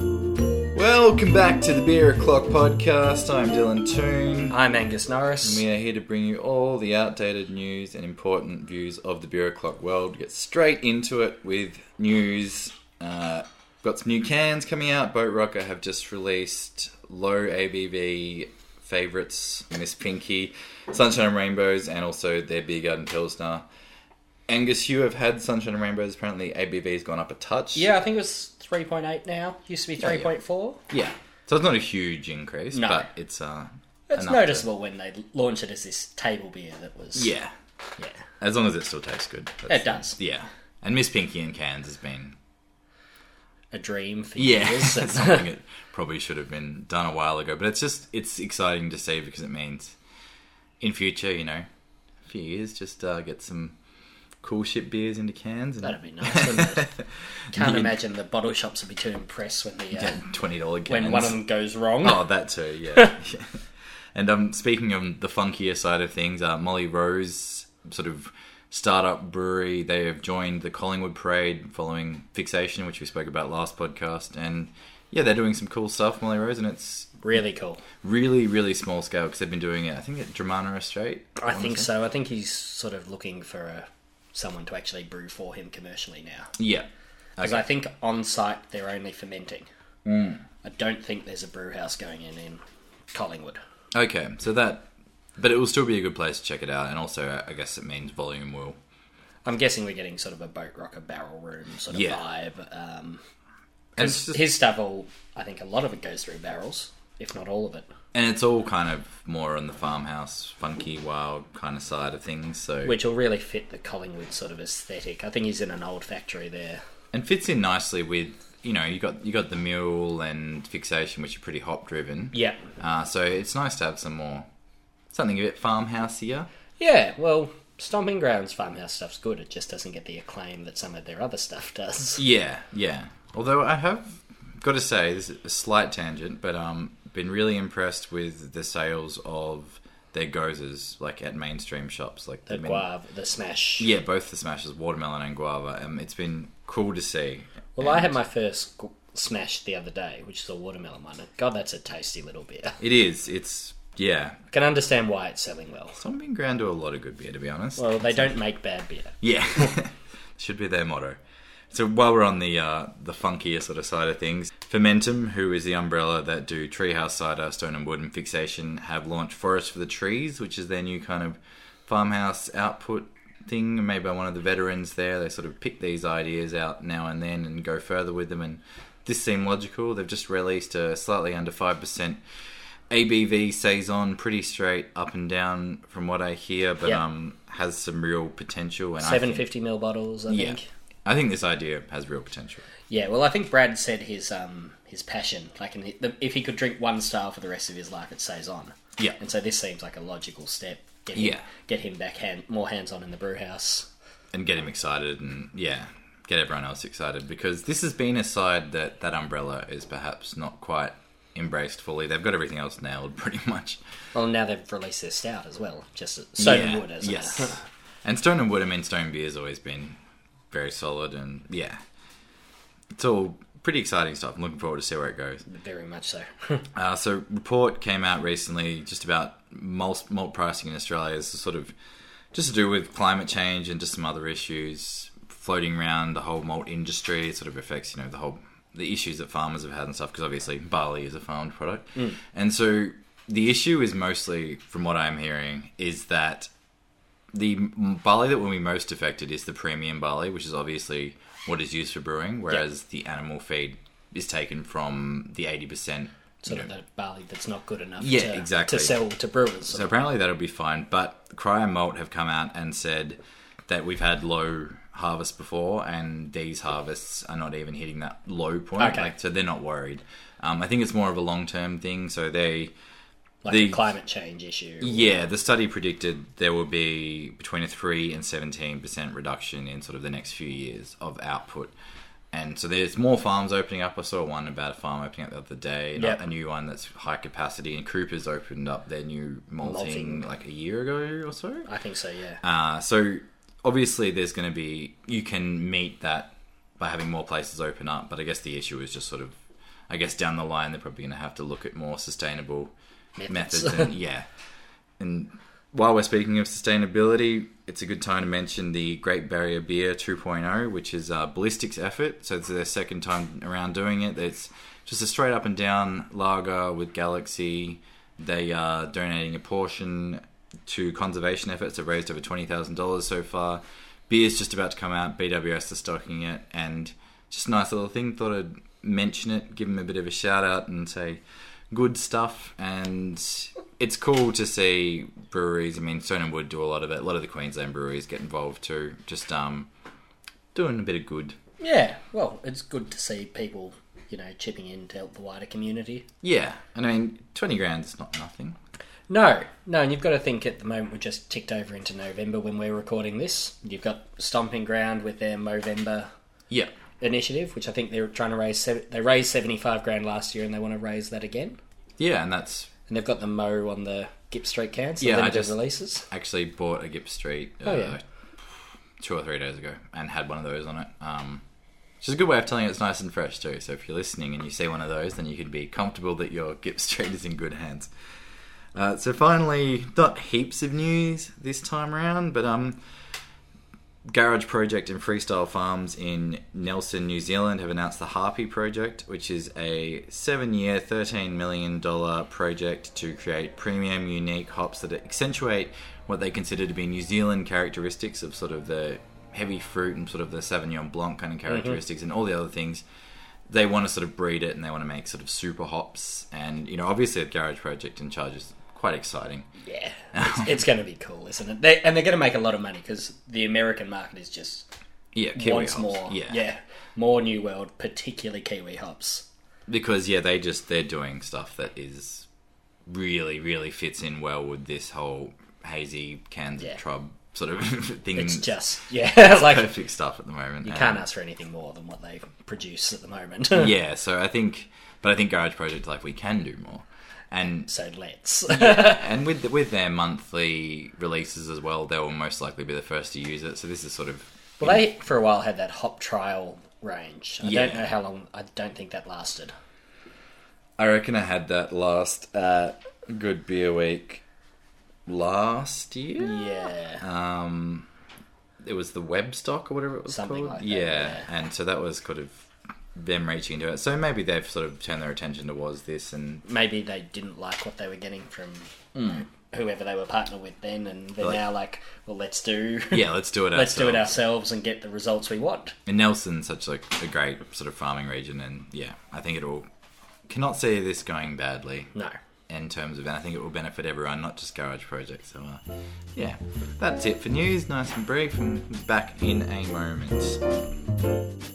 Welcome back to the Beer O'Clock Podcast. I'm Dylan Toon. I'm Angus Norris. We are here to bring you all the outdated news and important views of the Beer O'Clock world. Get straight into it with news. Uh, got some new cans coming out. Boat Rocker have just released low ABV favourites Miss Pinky, Sunshine and Rainbows, and also their Beer Garden Pilsner. Angus, you have had Sunshine and Rainbows. Apparently, ABV's gone up a touch. yeah, I think it was 3.8 now. Used to be 3.4. Yeah. So it's not a huge increase, No. but it's uh, It's enough to- noticeable when they launch it as this table beer that was. Yeah. Yeah. As long as it still tastes good. It does. Yeah. And Miss Pinky in cans has been. A dream for Yeah. years. that's something it probably should have been done a while ago. But it's just, it's exciting to see because it means in future, you know, a few years, just uh, get some cool shit beers into cans. And, That'd be nice, wouldn't it? Can't imagine the bottle shops would be too impressed when the. Uh, yeah, $20 cans. When one of them goes wrong. Oh, that too, yeah. Yeah. and um, speaking of the funkier side of things, uh, Molly Rose, sort of startup brewery, they have joined the Collingwood Parade following Fixation, which we spoke about last podcast. And yeah, they're doing some cool stuff, Molly Rose, and it's Really cool. really, really small scale because they've been doing it, I think, at Dramana Strait. I think so. I think he's sort of looking for a, someone to actually brew for him commercially now. Yeah. Because I think on site they're only fermenting. Mm. I don't think there's a brew house going in in Collingwood. Okay, so that. But it will still be a good place to check it out, and also I guess it means volume will. I'm guessing we're getting sort of a boat rocker barrel room sort of Yeah. vibe. Um, And it's, just, his stuff, all I think a lot of it goes through barrels, if not all of it, and it's all kind of more on the farmhouse, funky, wild kind of side of things. So which will really fit the Collingwood sort of aesthetic. I think he's in an old factory there. and fits in nicely with you know you got you got the mule and fixation which are pretty hop driven Yeah, uh, so it's nice to have some more something a bit farmhouseier yeah. Well, Stomping Grounds farmhouse stuff's good. It just doesn't get the acclaim that some of their other stuff does. yeah yeah although i have got to say this is a slight tangent but um been really impressed with the sales of their gozers like at mainstream shops like The they've been- guava, the smash. yeah both the smashes watermelon and guava um, it's been cool to see Well, I had my first gu- smash the other day, which is a watermelon one. God, that's a tasty little beer. it is it's yeah I can understand why it's selling well. something grand do a lot of good beer to be honest Well, they don't make bad beer. Yeah, should be their motto. So while we're on the uh, the funkier sort of side of things, Fermentum, who is the umbrella that do Treehouse Cider, Stone and Wood, and Fixation, have launched Forest for the Trees, which is their new kind of farmhouse output thing made by one of the veterans there. They sort of pick these ideas out now and then and go further with them. And this seemed logical. They've just released a slightly under five percent ABV saison, pretty straight up and down from what I hear, but Yeah. um, has some real potential. And I Seven think- fifty ml bottles, I yeah. think. I think this idea has real potential. Yeah. Well, I think Brad said his um his passion, like, in the, if he could drink one style for the rest of his life, it stays on. Yeah. And so this seems like a logical step. Get him, Yeah. Get him back hand more hands on in the brew house. And get him excited and, yeah, get everyone else excited because this has been a side that that umbrella is perhaps not quite embraced fully. They've got everything else nailed pretty much. Well, now they've released their stout as well, just soda Yeah, and wood, isn't it? Yes. and Stone and Wood, I mean, Stone Beer's always been very solid and, yeah, it's all pretty exciting stuff. I'm looking forward to see where it goes. Very much so. Uh, so report came out recently just about malt, malt pricing in Australia is sort of just to do with climate change and just some other issues floating around the whole malt industry. It sort of affects you know the whole the issues that farmers have had and stuff because obviously barley is a farmed product, Mm. and so the issue is mostly from what I'm hearing is that the m- barley that will be most affected is the premium barley, which is obviously what is used for brewing, whereas the animal feed is taken from the eighty percent. sort of the barley that's not good enough Yeah, to, exactly. to sell to brewers. So apparently that'll be fine. But Cry and Malt have come out and said that we've had low harvests before, and these harvests are not even hitting that low point. Okay. Like, so they're not worried. Um, I think it's more of a long term thing. So they, like the- a climate change issue. yeah, the study predicted there will be between a three and seventeen percent reduction in sort of the next few years of output. And so there's more farms opening up. I saw one about a farm opening up the other day. and Yep. A new one that's high capacity. And Cooper's opened up their new Malting. malting like a year ago or so. I think so, yeah. Uh, so obviously, there's going to be you can meet that by having more places open up. But I guess the issue is just sort of, I guess down the line they're probably going to have to look at more sustainable Methods. methods. and yeah, and while we're speaking of sustainability, it's a good time to mention the Great Barrier Beer 2.0, which is a ballistics effort. So it's their second time around doing it. It's just a straight up and down lager with Galaxy. They are donating a portion to conservation efforts. They've raised over twenty thousand dollars so far. Beer's just about to come out. BWS is stocking it, and just a nice little thing. Thought I'd mention it, give them a bit of a shout out, and say good stuff. And it's cool to see breweries. I mean, Stone and Wood do a lot of it. A lot of the Queensland breweries get involved too. Just um, doing a bit of good. Yeah, well, it's good to see people, you know, chipping in to help the wider community. Yeah, and I mean, twenty grand's not nothing. No, no, and you've got to think at the moment we're just ticked over into November when we're recording this. You've got Stomping Ground with their Movember Yeah, initiative, which I think they're trying to raise. sev- They raised seventy five grand last year, and they want to raise that again. yeah, and that's And they've got the Mo on the Gip Street can, so Yeah, I limited just- releases. actually bought a Gip Street uh, Oh, yeah. two or three days ago and had one of those on it. Um, which is a good way of telling it's nice and fresh too. So if you're listening and you see one of those, then you can be comfortable that your Gip Street is in good hands. Uh, so finally, not heaps of news this time around, but um, Garage Project and Freestyle Farms in Nelson, New Zealand have announced the Harpy Project, which is a seven year, $13 million project to create premium, unique hops that accentuate what they consider to be New Zealand characteristics of sort of the heavy fruit and sort of the Sauvignon Blanc kind Mm-hmm. of characteristics and all the other things they want to sort of breed it and they want to make sort of super hops and you know obviously the garage project in charge is quite exciting Yeah, it's, it's going to be cool, isn't it? They, and they're going to make a lot of money because the American market is just yeah kiwi wants hops. more. yeah yeah, more New World, particularly Kiwi hops. because yeah they just they're doing stuff that is really really fits in well with this whole hazy cans Yeah. of trub sort of thing It's just yeah, like Mm. perfect stuff at the moment you And- can't ask for anything more than what they produce at the moment. yeah so i think but i think garage project like we can do more and so let's. and with with their monthly releases as well they will most likely be the first to use it so this is sort of Well, they for a while had that hop trial range. I don't Yeah. know how long. I don't think that lasted. I reckon I had that last uh, Good Beer Week last year. Yeah, Um, it was the Webstock or whatever it was Something called. like that, yeah. yeah. and so that was kind of them reaching into it. So maybe they've sort of turned their attention towards this, and maybe they didn't like what they were getting from Hmm. whoever they were partnered with then, and they're Like- now like, well, let's do. yeah, let's do it. Let's do it ourselves. ourselves and get the results we want. And Nelson's such like a great sort of farming region, and yeah, I think it all cannot see this going badly. No. in terms of, and I think it will benefit everyone, not just Garage Project. So, uh, yeah, that's it for news. Nice and brief, and back in a moment.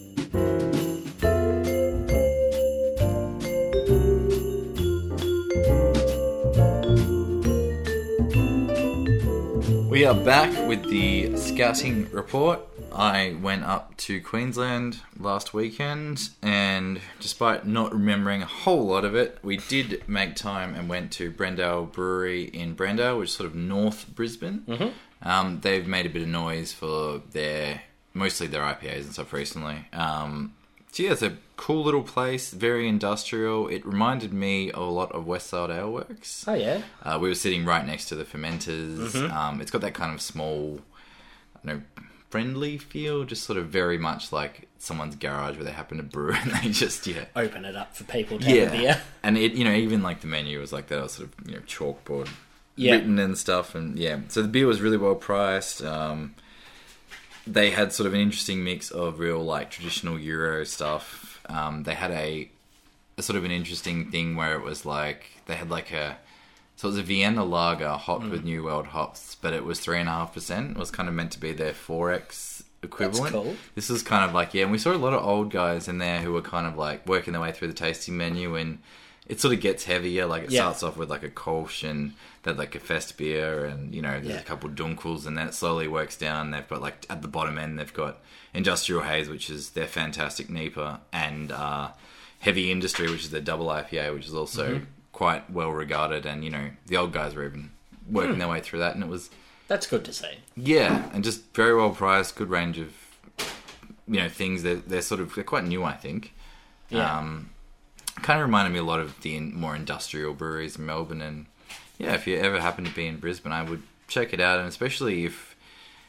We are back with the scouting report. I went up to Queensland last weekend, and despite not remembering a whole lot of it, we did make time and went to Brendale Brewery in Brendale, which is sort of north Brisbane. Um, they've made a bit of noise for their mostly their IPAs and stuff recently. Um, so yeah, it's a cool little place, very industrial. It reminded me a lot of Westside Ale Works. Oh yeah. Uh, we were sitting right next to the fermenters. Um, it's got that kind of small, you know, friendly feel, just sort of very much like someone's garage where they happen to brew and they just yeah. Open it up for people to Yeah, have a beer. and it you know even like the menu was like that was sort of you know chalkboard Yeah. written and stuff, and yeah. So the beer was really well priced. Um, they had sort of an interesting mix of real like traditional Euro stuff. Um, they had a, a sort of an interesting thing where it was like they had like a so it was a Vienna lager Hmm. hopped with New World hops, but it was three and a half percent. It was kind of meant to be their four X equivalent. cool. This was kind of like yeah, and we saw a lot of old guys in there who were kind of like working their way through the tasting menu and it sort of gets heavier. Like it Yeah. starts off with like a Kolsch and then like a Fest beer and you know there's Yeah. a couple Dunkels and then it slowly works down. They've got like at the bottom end they've got Industrial Haze, which is their fantastic Nipah, and uh, Heavy Industry, which is their double IPA, which is also Mm-hmm. quite well regarded. And you know the old guys were even Hmm. working their way through that, and it was That's good to see. yeah, and just very well priced, good range of you know things. They're they're sort of they're quite new, I think. Yeah. Um, kind of reminded me a lot of the in, more industrial breweries in Melbourne, and yeah, if you ever happen to be in Brisbane, I would check it out, and especially if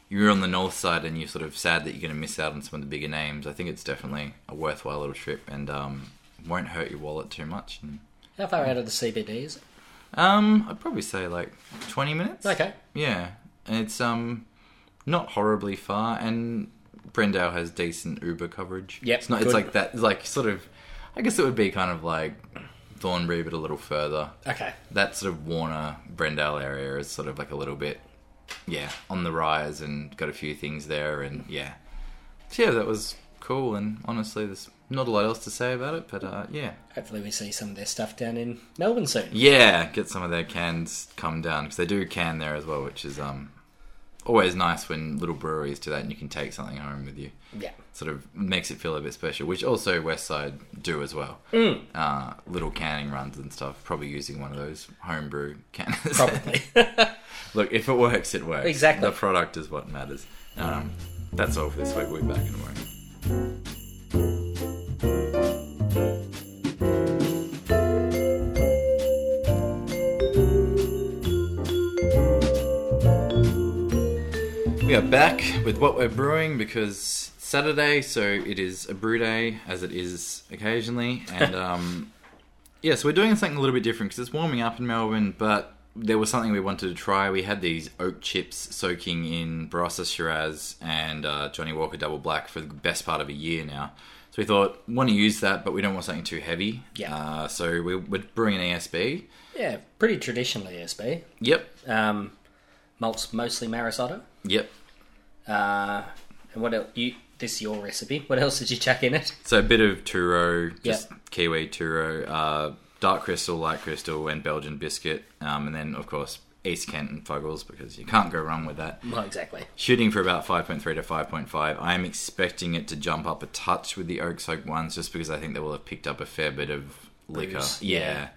you're on the north side and you're sort of sad that you're going to miss out on some of the bigger names, I think it's definitely a worthwhile little trip, and um, won't hurt your wallet too much. And, How far out of the CBD is it? um, I'd probably say like twenty minutes. Okay. Yeah, and it's um not horribly far, and Brendale has decent Uber coverage. Yep, it's not. good. It's like that. Like sort of. I guess it would be kind of like Thornbury, but a little further. Okay. That sort of Warner Brendale area is sort of like a little bit, yeah, on the rise, and got a few things there, and yeah, so yeah, that was cool. And honestly, there's not a lot else to say about it, but uh, yeah, Hopefully, we see some of their stuff down in Melbourne soon. yeah, get some of their cans come down because they do can there as well, which is um always nice when little breweries do that and you can take something home with you. Yeah. Sort of makes it feel a bit special, which also Westside do as well. Uh, little canning runs and stuff, probably using one of those homebrew canners. Probably. Look, if it works, it works. Exactly. The product is what matters. Um, that's all for this week. We'll be back in a moment. We are back with what we're brewing because it's Saturday, so it is a brew day as it is occasionally, and um, yeah, so we're doing something a little bit different because it's warming up in Melbourne, but there was something we wanted to try. We had these oat chips soaking in Barossa Shiraz and uh, Johnny Walker Double Black for the best part of a year now. So we thought, want to use that, but we don't want something too heavy. Yeah. Uh, so we, we're brewing an ESB. yeah, pretty traditionally ESB. Yep. Um, malts mostly Maris Otto. Yep. Uh, and what else? You this your recipe? What else did you chuck in it? So a bit of Turo, just Kiwi Turo, uh, Dark Crystal, Light Crystal, and Belgian Biscuit. Um, and then, of course, East Kent and Fuggles because you can't go wrong with that. Well, exactly. shooting for about 5.3 to 5.5 i am expecting it to jump up a touch with the oak soak ones just because i think they will have picked up a fair bit of liquor Booze, yeah,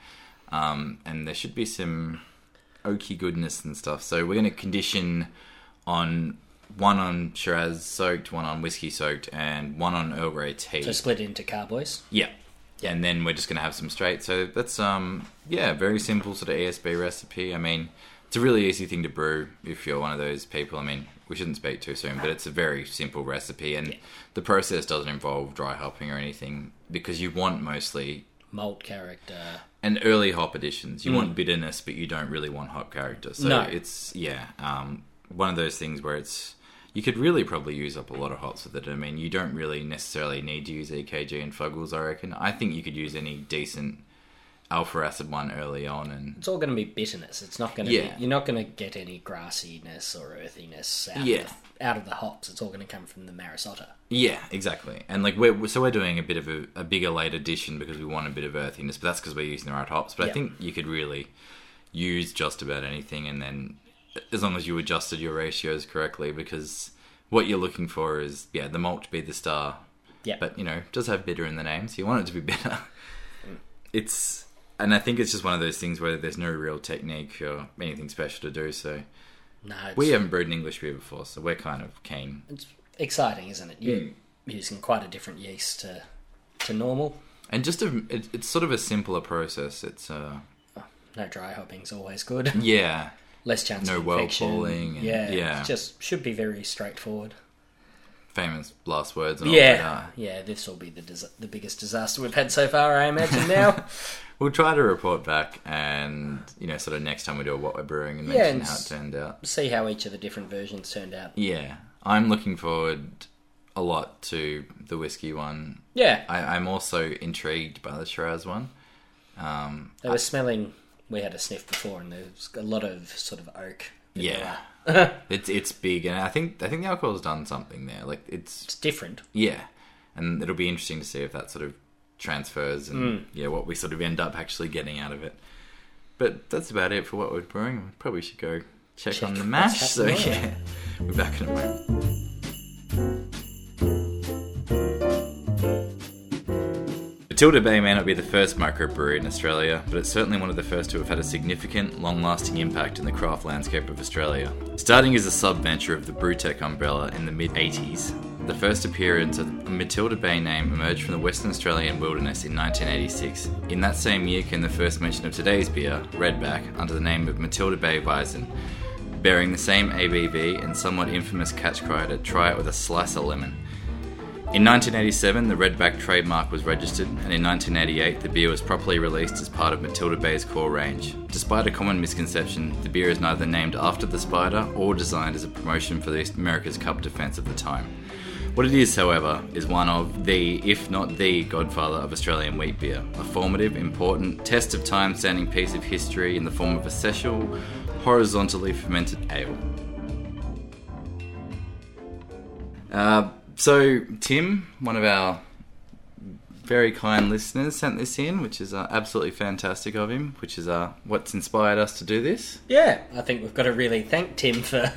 Um, and there should be some oaky goodness and stuff so we're going to condition on one on shiraz soaked one on whiskey soaked and one on earl grey tea So split it into carboys. yeah and then we're just going to have some straight so that's um yeah very simple sort of esb recipe i mean it's a really easy thing to brew if you're one of those people i mean we shouldn't speak too soon but it's a very simple recipe and the process doesn't involve dry hopping or anything because you want mostly Malt character. and early hop additions. You want bitterness, but you don't really want hop character. So No. it's yeah, um, one of those things where it's you could really probably use up a lot of hops with it. I mean, you don't really necessarily need to use EKG and Fuggles. I reckon. I think you could use any decent alpha acid one early on, and It's all going to be bitterness. It's not going to Yeah. be. You're not going to get any grassiness or earthiness out, Yeah. of, the, out of the hops. It's all going to come from the Maris Otto. yeah, exactly. And like we're so we're doing a bit of a, a bigger late addition because we want a bit of earthiness, but that's because we're using the right hops. But Yeah. I think you could really use just about anything and then as long as you adjusted your ratios correctly because what you're looking for is yeah the malt to be the star Yeah. but you know it does have bitter in the name so you want it to be bitter it's and i think it's just one of those things where there's no real technique or anything special to do so no, it's, we haven't brewed an english beer before so we're kind of keen it's exciting, isn't it? You're Mm. using quite a different yeast to to normal. and just a it, it's sort of a simpler process it's uh No dry hopping's always good. yeah Less chance No of well infection. pulling and- yeah, yeah. it's just should be very straightforward. famous last words and all that uh, Oh, Yeah, yeah. This will be the dis- the biggest disaster we've had so far, I imagine. Now, We'll try to report back and, you know, sort of next time we do a what we're brewing and mention Yeah, and how it s- turned out. see how each of the different versions turned out. Yeah. I'm looking forward a lot to the whiskey one. Yeah, I, I'm also intrigued by the Shiraz one. they were smelling. We had a sniff before, and there was a lot of sort of oak. Yeah. it's it's big and I think I think the alcohol's done something there. Like it's It's different. yeah. And it'll be interesting to see if that sort of transfers Mm. and yeah, what we sort of end up actually getting out of it. But that's about it for what we're brewing. We probably should go check, Check on the what's mash. So happening. yeah, we're back in a moment. Matilda Bay may not be the first microbrewery in Australia, but it's certainly one of the first to have had a significant, long lasting impact in the craft landscape of Australia. Starting as a sub venture of the Brewtech umbrella in the mid 80s, the first appearance of the Matilda Bay name emerged from the Western Australian wilderness in 1986. In that same year came the first mention of today's beer, Redback, under the name of Matilda Bay Bison, bearing the same ABV and somewhat infamous catch cry to try it with a slice of lemon. In 1987, the Redback trademark was registered, and in 1988, the beer was properly released as part of Matilda Bay's core range. Despite a common misconception, the beer is neither named after the spider or designed as a promotion for the America's Cup defense at the time. What it is, however, is one of the, if not the, godfather of Australian wheat beer. A formative, important, test of time standing piece of history in the form of a sessile, horizontally fermented ale. Uh, so Tim, one of our very kind listeners, sent this in, which is uh, absolutely fantastic of him. Which is uh, what's inspired us to do this. Yeah, Mm. I think we've got to really thank Tim for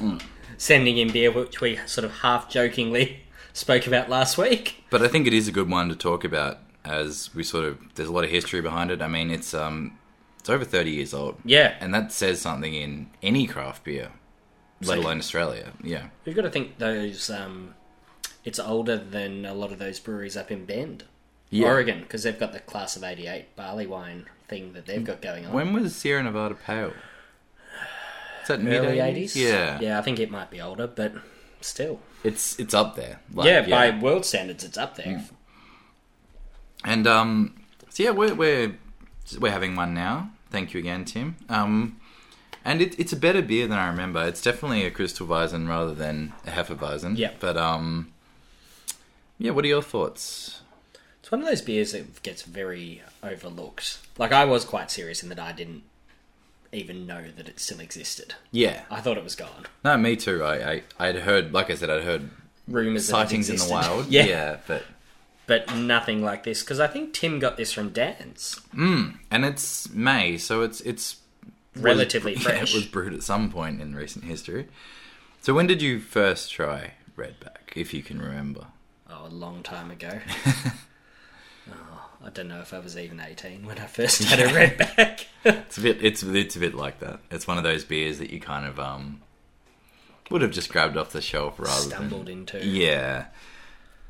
sending in beer, which we sort of half jokingly spoke about last week. But I think it is a good one to talk about, as we sort of there's a lot of history behind it. I mean, it's um, it's over thirty years old, Yeah, and that says something in any craft beer, let Like- alone Australia. Yeah, we've got to think those. Um, it's older than a lot of those breweries up in Bend, Yeah. Oregon, because they've got the class of '88 barley wine thing that they've got going on. When was Sierra Nevada Pale? Is that mid Early 80s? '80s. Yeah. yeah, I think it might be older, but still, it's it's up there. Like, Hmm. yeah, by world standards, it's up there. And um, so yeah, we're we're we're having one now. Thank you again, Tim. Um, and it, it's a better beer than I remember. It's definitely a Kristallweizen rather than a Hefeweizen. Yeah. But um, yeah. What are your thoughts? It's one of those beers that gets very overlooked. Like I was quite serious in that I didn't even know that it still existed. Yeah. I thought it was gone. No, me too. I I I'd heard, like I said, I'd heard Rumors that it sightings in the existed. wild. yeah. but but nothing like this because I think Tim got this from Dan's. and it's May, so it's it's Relatively was, yeah, it fresh. was brewed at some point in recent history. So when did you first try Redback, if you can remember? Oh, a long time ago. oh, I don't know if I was even eighteen when I first had a redback. It's a bit. It's it's a bit like that. It's one of those beers that you kind of um would have just grabbed off the shelf rather Stumbled into. than yeah.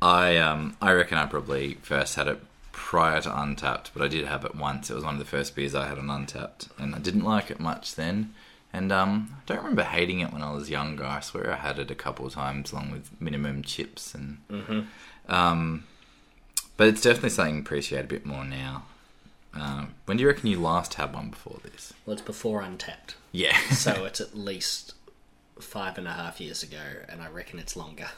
I um I reckon I probably first had it prior to Untapped, but I did have it once. It was one of the first beers I had on Untapped, and I didn't like it much then. And um, I don't remember hating it when I was younger. I swear I had it a couple of times, along with minimum chips and. Um, but it's definitely something you appreciate a bit more now. Um, when do you reckon you last had one before this? Well, it's before Untapped, Yeah. so it's at least five and a half years ago, and I reckon it's longer.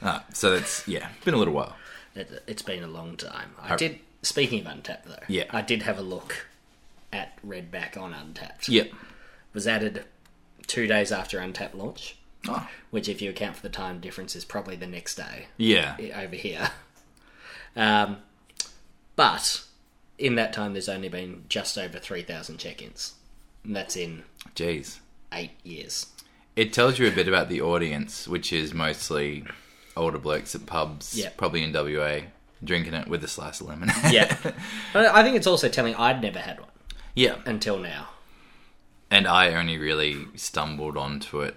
Ah, so that's yeah, been a little while. It, it's been a long time. I did. Speaking of Untapped, though, Yeah. I did have a look at Redback on Untapped. Yep. was added two days after Untapped launch, Oh, which, if you account for the time difference, is probably the next day yeah. i- over here. Um, but in that time, there's only been just over three thousand check-ins. And that's in Jeez. eight years. It tells you a bit about the audience, which is mostly older blokes at pubs, Yeah. probably in WA, drinking it with a slice of lemon. Yeah, but I think it's also telling I'd never had one yeah. until now. And I only really stumbled onto it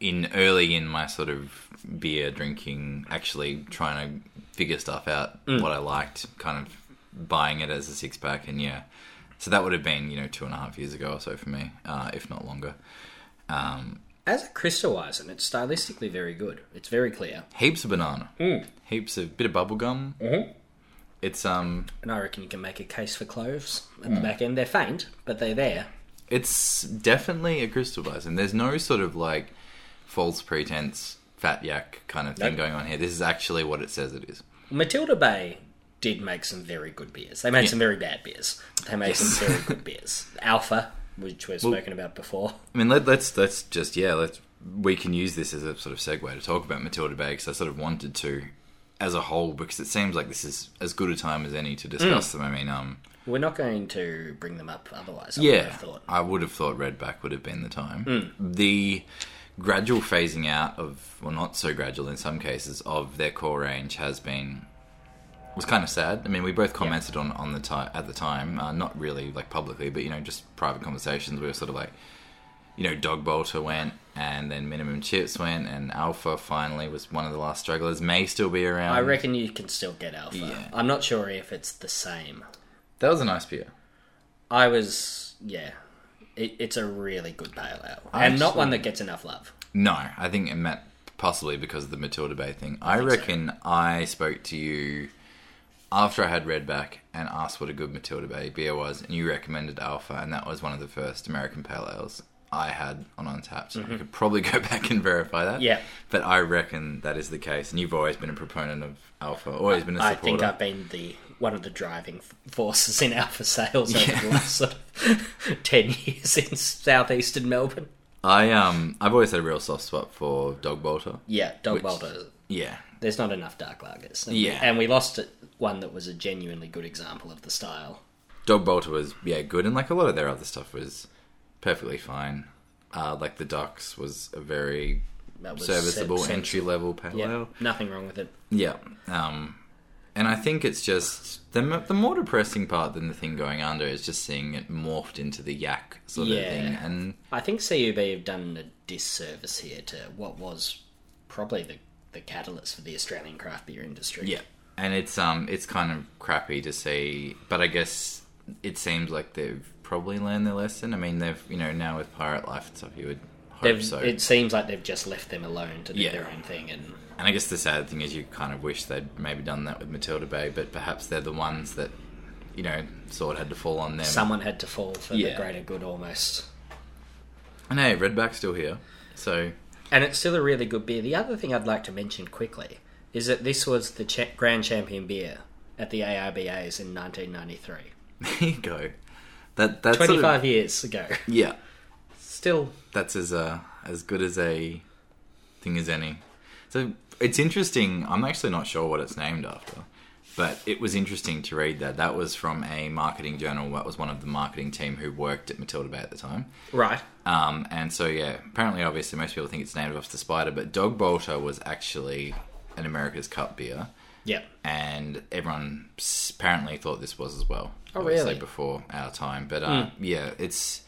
in early in my sort of beer drinking, actually trying to figure stuff out, what I liked, kind of buying it as a six pack, and yeah. So that would have been, you know, two and a half years ago or so for me, uh, if not longer. As a crystallizer, it's stylistically very good. It's very clear, heaps of banana, heaps of bit of bubble gum. Mm-hmm. It's um, and I reckon you can make a case for cloves at Hmm. the back end. They're faint, but they're there. it's definitely a crystal bison. There's no sort of like false pretense fat yak kind of thing Nope. going on here. This is actually what it says it is. Matilda Bay did make some very good beers. They made some very bad beers. They made some very good beers. Alpha, which we've spoken about before. I mean, let, let's let's just yeah, let's we can use this as a sort of segue to talk about Matilda Bay because I sort of wanted to as a whole because it seems like this is as good a time as any to discuss them. I mean, um, We're not going to bring them up otherwise. I Hmm. would yeah, have thought. I would have thought Redback would have been the time. The gradual phasing out of, well, not so gradual in some cases, of their core range has been was kind of sad. I mean, we both commented on on the ti at the time, uh, not really like publicly, but you know, just private conversations. We were sort of like, you know, Dog Bolter went, and then Minimum Chips went, and Alpha finally was one of the last strugglers. May still be around. I reckon you can still get Alpha. Mm. Yeah. I'm not sure if it's the same. that was a nice beer. I was, yeah. It, it's a really good pale ale. and not Actually- one that gets enough love. No, I think it meant possibly because of the Matilda Bay thing. I, reckon I spoke to you after I had read back and asked what a good Matilda Bay beer was, and you recommended Alpha, and that was one of the first American Pale Ales I had on Untapped. I could probably go back and verify that. Mm-hmm. Yeah. But I reckon that is the case, and you've always been a proponent of Alpha, always been a I supporter. think I've been the one of the driving f- forces in Alpha sales over the Yeah. last sort of 10 years in southeastern Melbourne. I, um, I've always had a real soft spot for Dog Bolter. Yeah, Dog Which- Boulder. Yeah. There's not enough dark lagers. And Yeah. And we lost it- one that was a genuinely good example of the style. Dog Bolter was yeah good, and like a lot of their other stuff was perfectly fine. Uh, like the Ducks was a very That was serviceable sen- sen- entry level pale Yeah, ale. nothing wrong with it. Yeah, um, and I think it's just the m- the more depressing part than the thing going under is just seeing it morphed into the yak sort of Yeah. thing. And I think CUB have done a disservice here to what was probably the, the catalyst for the Australian craft beer industry. yeah, and it's um it's kind of crappy to see, but I guess it seems like they've probably learned their lesson. I mean, they've you know now with Pirate Life and stuff, you would hope They've, so. It seems like they've just left them alone to do Yeah. their own thing. And And I guess the sad thing is you kind of wish they'd maybe done that with Matilda Bay, but perhaps they're the ones that, you know, sort of had to fall on them. someone had to fall for the Yeah. greater good almost. and hey, Redback's still here. So, And it's still a really good beer. The other thing I'd like to mention quickly is that this was the cha- Grand Champion beer at the ARBAs in 1993. there you go. That, that's sort of- 25 years ago. yeah, Still, that's as, uh, as good as a thing as any. So it's interesting. I'm actually not sure what it's named after, but it was interesting to read that. That was from a marketing journal. That was one of the marketing team who worked at Matilda Bay at the time. right. Um, and so, yeah, apparently, obviously, most people think it's named after the spider, but Dog Bolter was actually an America's Cup beer, Yeah. and everyone s- apparently thought this was as well. Oh, obviously, really? Hmm. Before our time, but uh, yeah, it's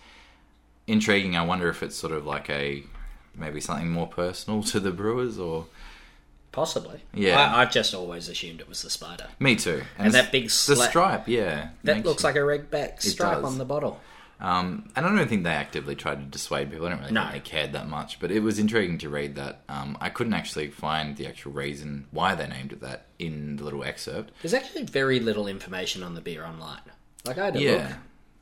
intriguing. I wonder if it's sort of like a maybe something more personal to the brewers, or Possibly. Yeah. I, I've just always assumed it was the spider. me too. And it's- that big the sla- stripe, yeah, That makes looks like a red back stripe does. on the bottle. Um, and I don't think they actively tried to dissuade people. I don't really No. think they cared that much, but it was intriguing to read that. Um, I couldn't actually find the actual reason why they named it that in the little excerpt. There's actually very little information on the beer online. Like I had a look. Yeah.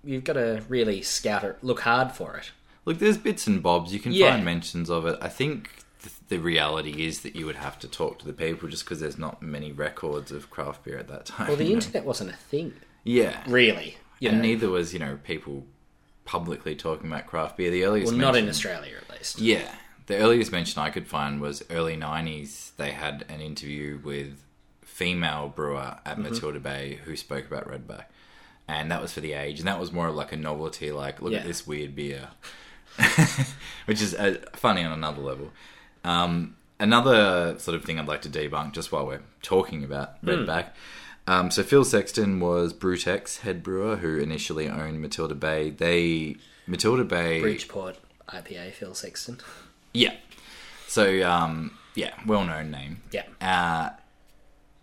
You've got to really scout it, look hard for it. Look, there's bits and bobs. You can Yeah. find mentions of it. I think th- the reality is that you would have to talk to the people just because there's not many records of craft beer at that time. Well, the you know? internet wasn't a thing, Yeah. really. You And know, neither was, you know, people publicly talking about craft beer. The earliest well, not in mention- Australia at least. Yeah. The earliest mention I could find was early 90s. They had an interview with female brewer at Matilda Bay who spoke about Redback. And that was for the age. And that was more of like a novelty, like, look Yeah. at this weird beer. Which is uh, funny on another level. Um, another sort of thing I'd like to debunk just while we're talking about Redback. Um, so Phil Sexton was Brewtech's head brewer who initially owned Matilda Bay. They... Matilda Bay... Bridgeport IPA, Phil Sexton. Yeah. So, um, yeah, well known name. Yeah. Uh,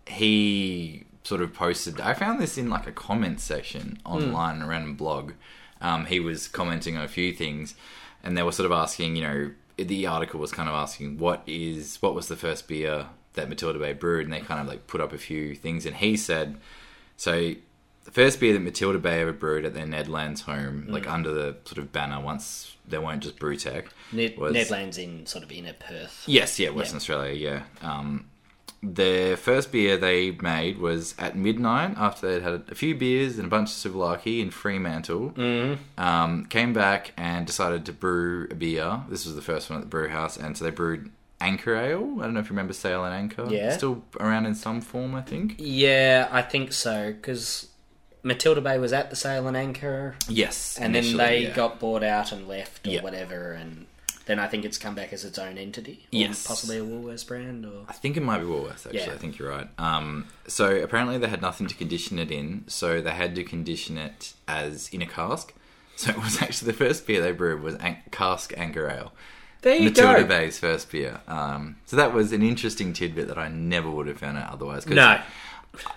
he sort of posted, I found this in like a comment section online, a random blog. Um, he was commenting on a few things, and they were sort of asking, you know, the article was kind of asking, what is, what was the first beer that Matilda Bay brewed? And they kind of like put up a few things, and he said, so the first beer that Matilda Bay ever brewed at their Nedlands home, like under the sort of banner, once they weren't just Brewtech, Ned- was Nedlands in sort of inner Perth. Yes, yeah, Western Australia, yeah. Um, the first beer they made was at midnight after they'd had a few beers and a bunch of souvlaki in Fremantle. Mm-hmm. Um, came back and decided to brew a beer. This was the first one at the brew house, and so they brewed Anchor Ale. I don't know if you remember Sale and Anchor. Yeah. Still around in some form, I think. Yeah, I think so because Matilda Bay was at the Sail and Anchor, Yes. and then they yeah. got bought out and left or Yeah. whatever, and then I think it's come back as its own entity. Or Yes. possibly a Woolworths brand or I think it might be Woolworths, actually. Yeah. I think you're right. Um, so apparently they had nothing to condition it in, so they had to condition it as in a cask. So it was actually the first beer they brewed was an- cask Anchor Ale. there Matilda Bay's first beer. Um, so that was an interesting tidbit that I never would have found out otherwise. 'cause No,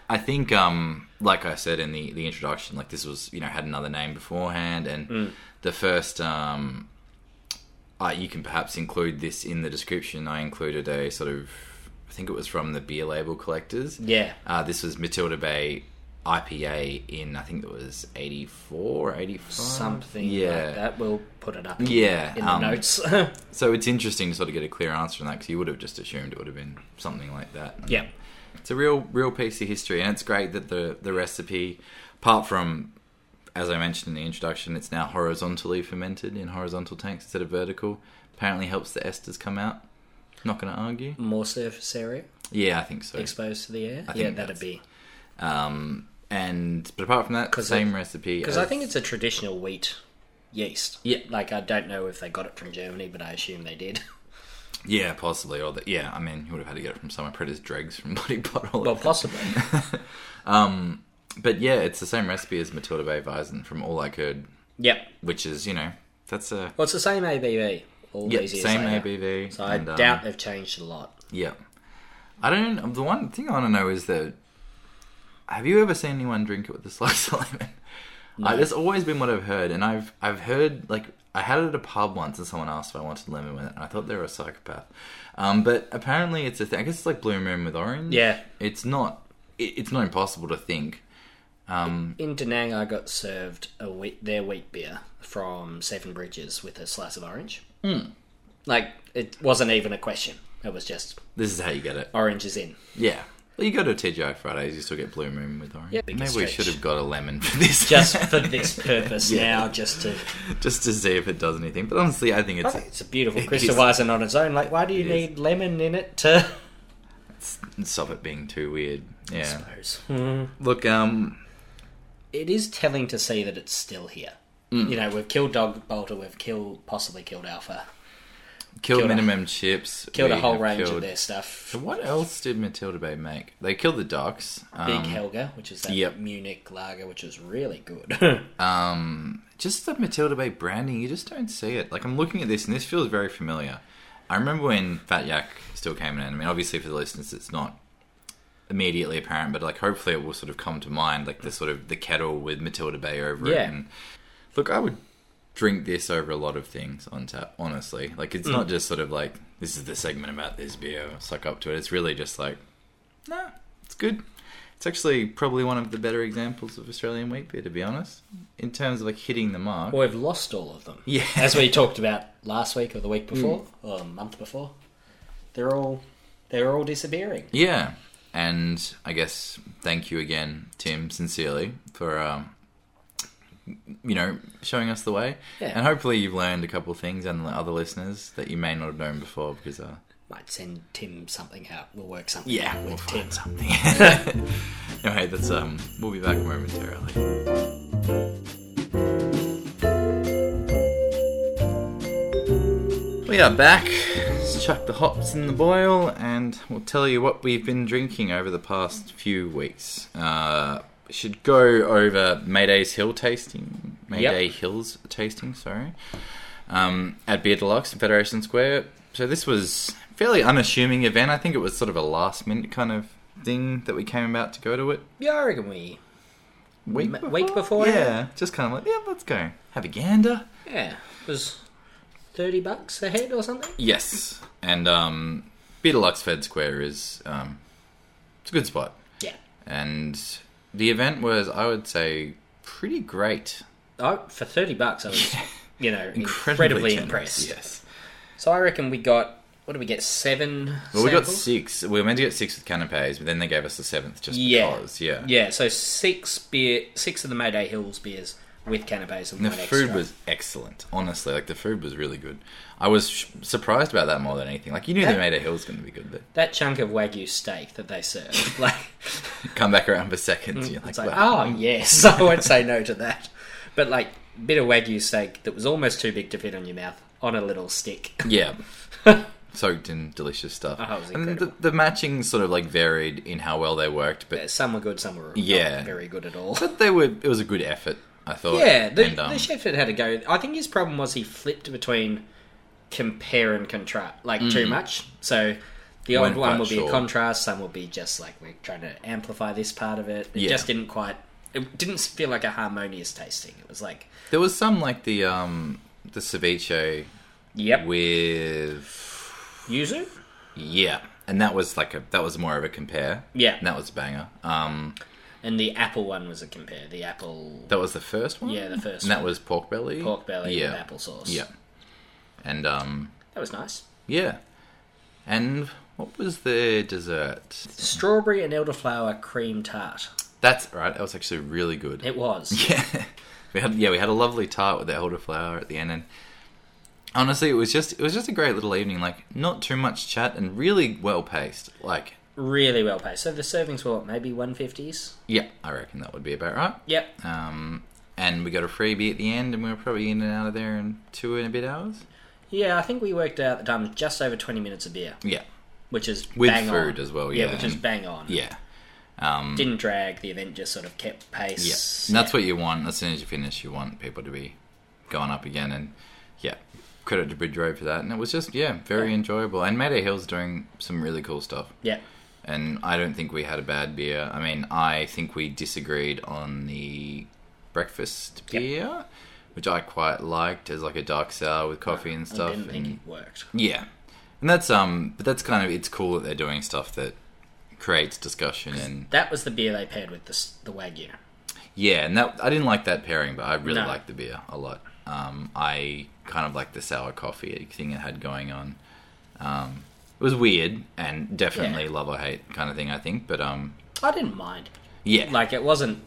I think, um, like I said in the, the introduction, like this was you know had another name beforehand, and Mm. the first um, uh, you can perhaps include this in the description. I included a sort of, I think it was from the beer label collectors. yeah, Uh, this was Matilda Bay IPA in I think it was 84, 85? something Oh, Yeah, like that. We'll put it up. yeah. in the um, notes. So it's interesting to sort of get a clear answer on that because you would have just assumed it would have been something like that. yeah, It's a real, real piece of history, and it's great that the the recipe, apart from, as I mentioned in the introduction, it's now horizontally fermented in horizontal tanks instead of vertical. Apparently, helps the esters come out. Not going to argue. more surface area Yeah, I think so. exposed to the air. think Yeah, that'd that's- be Um, and but apart from that, 'Cause same it- recipe. because as- I think it's a traditional wheat yeast. Yeah. like I don't know if they got it from Germany, but I assume they did. yeah, possibly, or that yeah. I mean, you would have had to get it from somewhere. Predators dregs from bloody bottle. well, possibly. But yeah, it's the same recipe as Matilda Bay Weizen, from all I could, yep. which is you know that's a Well, it's the same ABV. All yeah, these years same later. ABV. So I and, um, doubt they've changed a lot. Yeah. I don't. The one thing I want to know is that have you ever seen anyone drink it with a slice of lemon? I, that's always been what I've heard, and I've I've heard like I had it at a pub once, and someone asked if I wanted lemon with it, and I thought they were a psychopath. Um, but apparently, it's a thing. I guess it's like blue moon with orange. Yeah. it's not. It, it's not impossible to think. Hmm. In Da Nang, I got served a wheat, their wheat beer from Seven Bridges with a slice of orange. Hmm. Like it wasn't even a question. It was just This is how you get it. orange is in. Yeah. Well, you go to TGI Fridays, you still get blue moon with orange. Yeah, big Maybe we stretch. should have got a lemon for this, Just for this purpose Yeah. now, just to just to see if it does anything. But honestly, I think it's it's a beautiful It crystal is. Weizen on its own. Like, why do you It is. need lemon in it to? stop it being too weird. Yeah. Suppose. Hmm. Look, um, It is telling to see that it's still here. Mm. You know, we've killed Dog Bolter, we've killed possibly killed Alpha, killed, Killed a- minimum chips. killed a we whole have range of killed- um, their stuff. What else did Matilda Bay make? They killed the ducks. Big Um, Helga, which is that yep. Munich lager, which is really good. um, just the Matilda Bay branding, you just don't see it. Like I'm looking at this, and this feels very familiar. I remember when Fat Yak still came in. I mean, obviously for the listeners, it's not immediately apparent, but like hopefully it will sort of come to mind, like the sort of the kettle with Matilda Bay over Mm. Yeah. it. And look, I would drink this over a lot of things on tap. Honestly, like it's not just sort of like this is the segment about this beer. Suck up to it. It's really just like, nah, it's good. It's actually probably one of the better examples of Australian wheat beer, to be honest, in terms of like hitting the mark. well, we've lost all of them. Yeah. Mm. As we talked about last week or the week before, or a month before. They're all they're all disappearing. Yeah, and I guess thank you again, Tim, sincerely for um, you know showing us the way. Yeah. And hopefully you've learned a couple of things and the other listeners that you may not have known before because uh, Might send Tim something out. We'll work something yeah, out we'll with Tim. find something. anyway, that's um, we'll be back momentarily. We are back. Let's chuck the hops in the boil, and we'll tell you what we've been drinking over the past few weeks. Uh, we should go over Mayday's Hill tasting, Mayday Hills tasting. Sorry, um, at Beer Deluxe in Federation Square. So this was a fairly unassuming event. I think it was sort of a last minute kind of thing that we came about to go to it. Yeah, I reckon we Week M- week before, yeah. yeah. Just kind of like, yeah, let's go. Have a gander. Yeah. It was thirty bucks a head or something? Yes. And um, Beer Deluxe Fed Square is um, it's a good spot. Yeah. And the event was, I would say, pretty great. I, for thirty bucks I was you know, incredibly, generous, impressed. Yes. So I reckon we got what did we get? Seven Well, we got samples? six. We were meant to get six with canapes, but then they gave us the seventh just Yeah. because. Yeah. Yeah, so six beer, six of the Mayday Hills beers with canapes and And the one extra. food was excellent, honestly. Like the food was really good. I was sh- surprised about that more than anything. Like you knew Yeah. the Maida Hill was going to be good, but that chunk of wagyu steak that they serve, like come back around for seconds, you're like, it's like, wow. oh yes, I won't say no to that. But like bit of wagyu steak that was almost too big to fit on your mouth on a little stick. yeah, soaked in delicious stuff. Oh, it was and the, incredible. the matching sort of like varied in how well they worked, but Some were good, some were Yeah. not very good at all. but they were. It was a good effort, I thought. Yeah, the, and, um, the chef had had a go. I think his problem was he flipped between compare and contrast, like too much. So the Weren't old one Mm. quite will be sure. a contrast, some will be just like we're trying to amplify this part of it. It Yeah. just didn't quite. It didn't feel like a harmonious tasting. It was like, there was some like the um the ceviche yep, with yuzu. yeah, and that was like a that was more of a compare. Yeah. and that was a banger. Um, And the apple one was a compare. The apple, that was the first one. yeah, the first and that one, was pork belly. pork belly Yeah. with apple sauce. Yeah. And um that was nice. yeah. And what was their dessert? Strawberry and elderflower cream tart. That's right. That was actually really good. It was. Yeah. We had yeah, we had a lovely tart with the elderflower at the end and honestly, it was just it was just a great little evening like not too much chat and really well paced. Like really well paced. So the servings were what, maybe one fifties. yeah, I reckon that would be about right. Yep, Um and we got a freebie at the end and we were probably in and out of there in two and a bit hours. Yeah, I think we worked out the time was just over 20 minutes of beer, Yeah. which is With bang food on. as well, yeah, which is and- bang on. Yeah. Um Didn't drag, the event just sort of kept Yeah, pace. and that's what you want. As soon as you finish, you want people to be going up again, and yeah, credit to Bridge Road for that. And it was just yeah, very Yeah. enjoyable. And Mayday Hill's doing some really cool stuff, Yeah. and I don't think we had a bad beer. I mean, I think we disagreed on the breakfast Yep. beer, which I quite liked as like a dark sour with coffee and I stuff. didn't and- think it worked. yeah, and that's um, but that's kind of it's cool that they're doing stuff that creates discussion and That was the beer they paired with the, s- the Wagyu. Yeah, and that I didn't like that pairing, but I really No. liked the beer a lot. Um, I kind of liked the sour coffee thing it had going on. Um, it was weird and definitely Yeah. love or hate kind of thing, I think. But um, I didn't mind. yeah, Like, it wasn't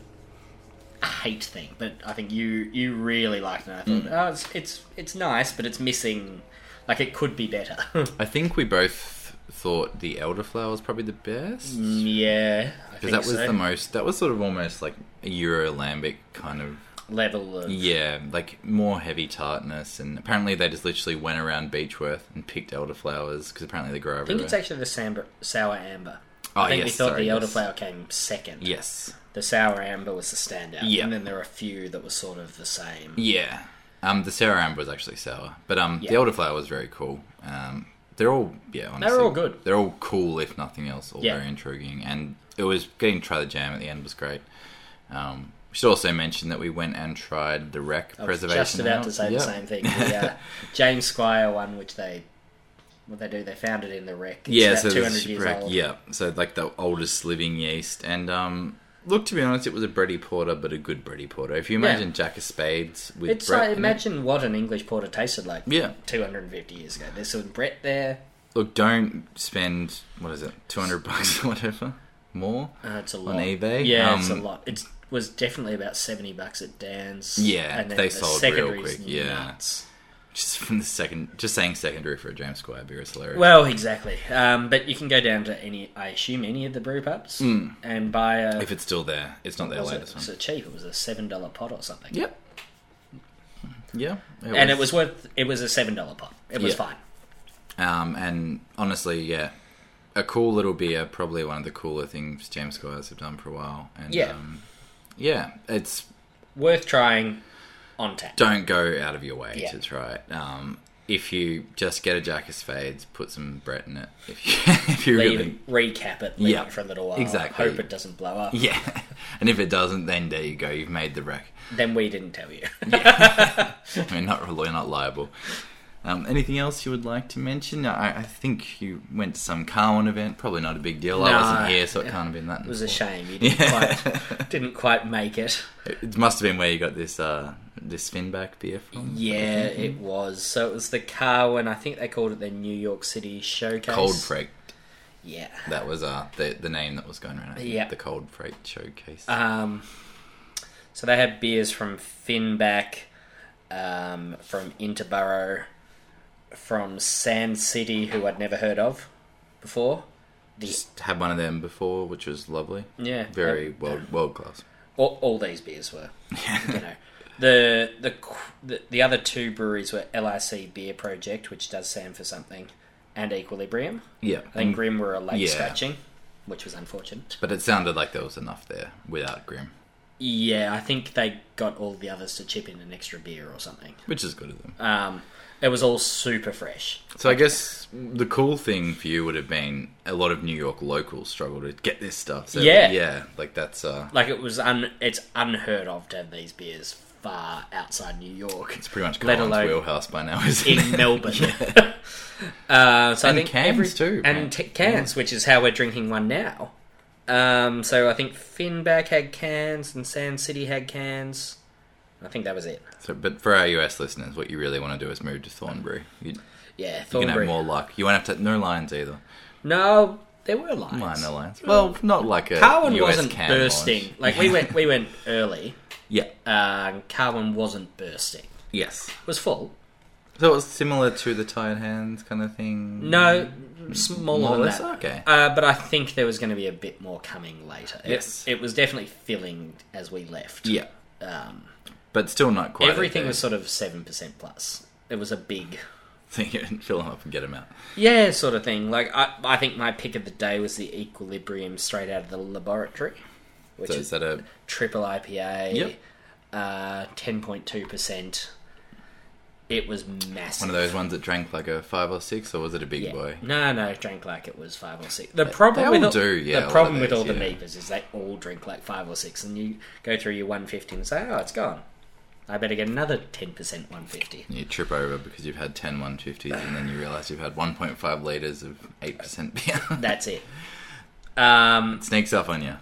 a hate thing, but I think you you really liked it. And I thought, Mm. oh, it's, it's, it's nice, but it's missing. Like, it could be better. Mm, I think we both thought the elderflower was probably the best yeah. I because Mm, think that was so. the most. That was sort of almost like a Euro lambic kind of. level of. Yeah, like more heavy tartness, and apparently they just literally went around Beechworth and picked elderflowers because apparently they grow I think everywhere. it's actually the samber, sour amber. Oh, I think we yes, thought sorry, the yes. elderflower came second. yes, The sour amber was the standout. Yeah. And then there were a few that were sort of the same. Yeah. Um, the sour amber was actually sour, but um, the Yeah. elderflower was very cool. Um, they're all yeah, honestly, all good. They're all cool, if nothing else, all Yeah. very intriguing. And it was getting to try the jam at the end was great. Um, we should also mention that we went and tried the wreck I was preservation. just about to house. say Yep. the same thing. The uh, James Squire one, which they. What they do, they found it in the wreck. It's yeah, about so 200 there's years shipwreck, old. yeah, so like the oldest living yeast. And um, look, to be honest, it was a bready porter, but a good bready porter. If you Yeah. imagine Jack of Spades with It's Brett like, in it. imagine what an English porter tasted like yeah, 250 years ago. There's some Brett there. Look, don't spend what is it, two hundred bucks or whatever, more. Uh, it's a lot. eBay? Yeah, it's a Um, lot. It was definitely about 70 bucks at Dan's. Yeah, and then they the sold real secondary's quick, yeah. Nuts. Just from the second, just saying secondary for a James Squire beer is hilarious. Well, exactly. Um, but you can go down to any, I assume, any of the brew pubs and buy a. Hmm. if it's still there, it's not their was it, latest was one. it cheap? It was a seven dollar pot or something. Yep. Yeah. and it was worth. It was a seven dollar pot. It Yeah. was fine. Um, and honestly, yeah, a cool little beer. Probably one of the cooler things James Squires have done for a while. And Yeah. um, yeah, it's Worth trying on tap. don't go out of your way Yeah. to try it. Um, if you just get a Jack of Spades, put some Brett in it. If you, if you Leave, really Recap it. Leave Yeah. it for a little while. Exactly. Hope it doesn't blow up. Yeah. And if it doesn't, then there you go. You've made the wreck. Then we didn't tell you. I mean, not really, not liable. Um, anything else you would like to mention? I, I think you went to some Carwin event. Probably not a big deal. I No. wasn't here, so it can't have been that. it was a shame. You didn't quite didn't quite make it. It must have been where you got this uh, this Finback beer from. Yeah, it was. So it was the Carwin. I think they called it the New York City Showcase. Cold Freight. Yeah. That was uh, the the name that was going around. I think. Yeah. The Cold Freight Showcase. Um, So they had beers from Finback, um, from Interborough, from Sam City, who I'd never heard of before. The, Just had one of them before, which was lovely. yeah, Very um, world world class. all, all these beers were. you know, the, the qu- the the other two breweries were LIC Beer Project, which does stand for something, and Equilibrium. Yeah. I think Grim were a late Mm. yeah. scratching, which was unfortunate. But it sounded like there was enough there without Grim, Yeah, I think they got all the others to chip in an extra beer or something. which is good of them. Um, it was all super fresh. So I guess the cool thing for you would have been a lot of New York locals struggle to get this stuff. So Yeah. yeah, like that's uh, Like it was un it's unheard of to have these beers far outside New York. it's pretty much Let Colin's alone wheelhouse by now, isn't in it? Melbourne. uh, so And I think cans every, too, man. and t- cans, which is how we're drinking one now. Um, so I think Finback had cans and Sand City had cans. I think that was it. So, but for our US listeners, what you really want to do is move to Thornbury. You, you Yeah, can have Thornbury. more luck. You won't have to no lines either. No, there were lines. Line no lines. Well, not like a Carwin US wasn't can bursting. launch. Like we went, we went early. Yeah. Um, Carwin wasn't bursting. Yes. It was full. So it was similar to the tired hands kind of thing. No, smaller More or than less? that. Okay. Uh, but I think there was going to be a bit more coming later. It- Yes. It, was definitely filling as we left. Yeah. Um, But still not quite. everything was sort of 7% plus. It was a big, fill them up and get them out. yeah, sort of thing. Like, I, I think my pick of the day was the Equilibrium straight out of the laboratory, which So is is that a triple IPA, Yep. uh, 10.2%. It was massive. one of those ones that drank like a five or six, or was it a big Yeah. boy? No, no, drank like it was five or six. The problem they with all all, do, yeah, a lot the of problem with those, all the yeah. meepers is they all drink like five or six, and you go through your one fifty and say, "Oh, it's gone. I better get another ten percent one fifty. And you trip over because you've had 10 150s and then you realise you've had 1.5 litres of 8% beer. That's it. Um, it sneaks up on you.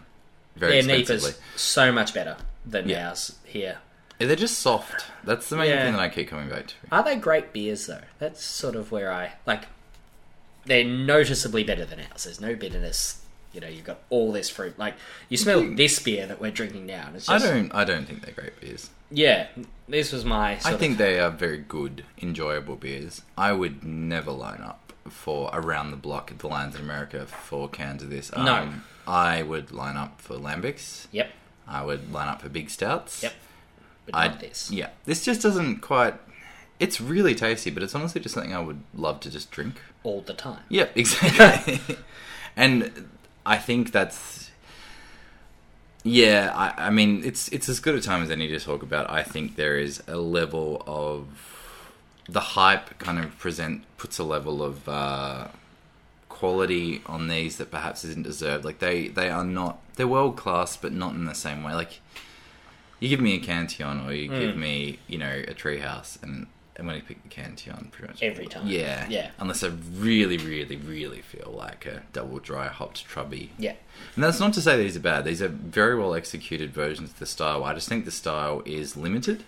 Very their expensively. neepers so much better than Yeah. ours here. They're just soft. That's the main Yeah. thing that I keep coming back to. Are they great beers though? That's sort of where I like. They're noticeably better than ours. There's no bitterness. You know, you've got all this fruit. Like you smell this beer that we're drinking now, and it's Mm-hmm. I just don't. I don't think they're great beers. yeah. This was my. Sort I of- think they are very good, enjoyable beers. I would never line up for around the block at the Lions in America for cans of this. Um, No. I would line up for lambics. Yep. I would line up for big stouts. Yep. But I not this. Yeah, this just doesn't quite. It's really tasty, but it's honestly just something I would love to just drink. All the time. Yeah, exactly. and I think that's yeah. I, I mean, it's it's as good a time as any to talk about. I think there is a level of the hype kind of present puts a level of uh, quality on these that perhaps isn't deserved. Like they they are not they're world class, but not in the same way. Like you give me a Cantillon or you give me you know a Treehouse, and I'm going to pick the Cantillon pretty much Every time. Yeah, Yeah. Unless I really, really, really feel like a double dry hopped trubby. Yeah. And that's not to say these are bad. These are very well executed versions of the style. I just think the style is limited.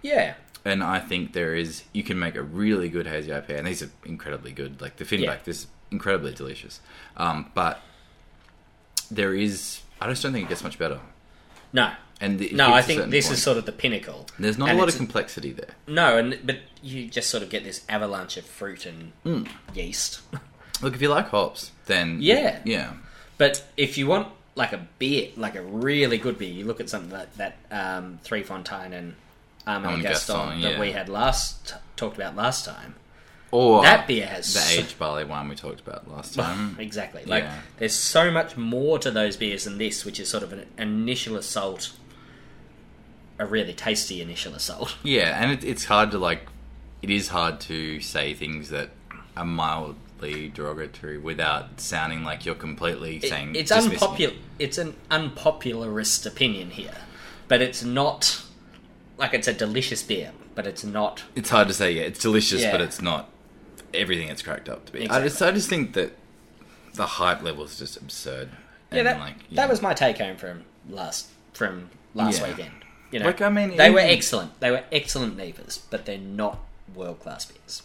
Yeah. And I think there is, you can make a really good hazy IPA, and these are incredibly good. Like the Finback, Yeah. this is incredibly delicious. Um, but there is, I just don't think it gets much better. No. And it No, hits I a think certain this point. is sort of the pinnacle. There's not And a lot of it's- complexity there. no, and but you just sort of get this avalanche of fruit and Hmm. yeast. Look, if you like hops, then Yeah. yeah, But if you want like a beer, like a really good beer, you look at something like that um, Three Fontaine and Armand Armand Gaston, Gaston, that yeah. we had last talked about last time. or That beer has the so- aged barley wine we talked about last time. Ah, exactly. Like Um, yeah. there's so much more to those beers than this, which is sort of an initial assault, a really tasty initial assault. yeah, and it, it's hard to like, it is hard to say things that are mildly derogatory without sounding like you're completely saying it's dismissing it. unpopular. It's an unpopularist opinion here, but it's not like it's a delicious beer, but it's not. It's hard to say. Yeah, it's delicious, Yeah. but it's not everything it's cracked up to be. I Exactly. just, I just think that the hype level is just absurd. Yeah, And, that, like, that was my take home from last from last Yeah. weekend. You know, Like, um, I mean, they were even- excellent. They were excellent neighbours, but they're not world class beers.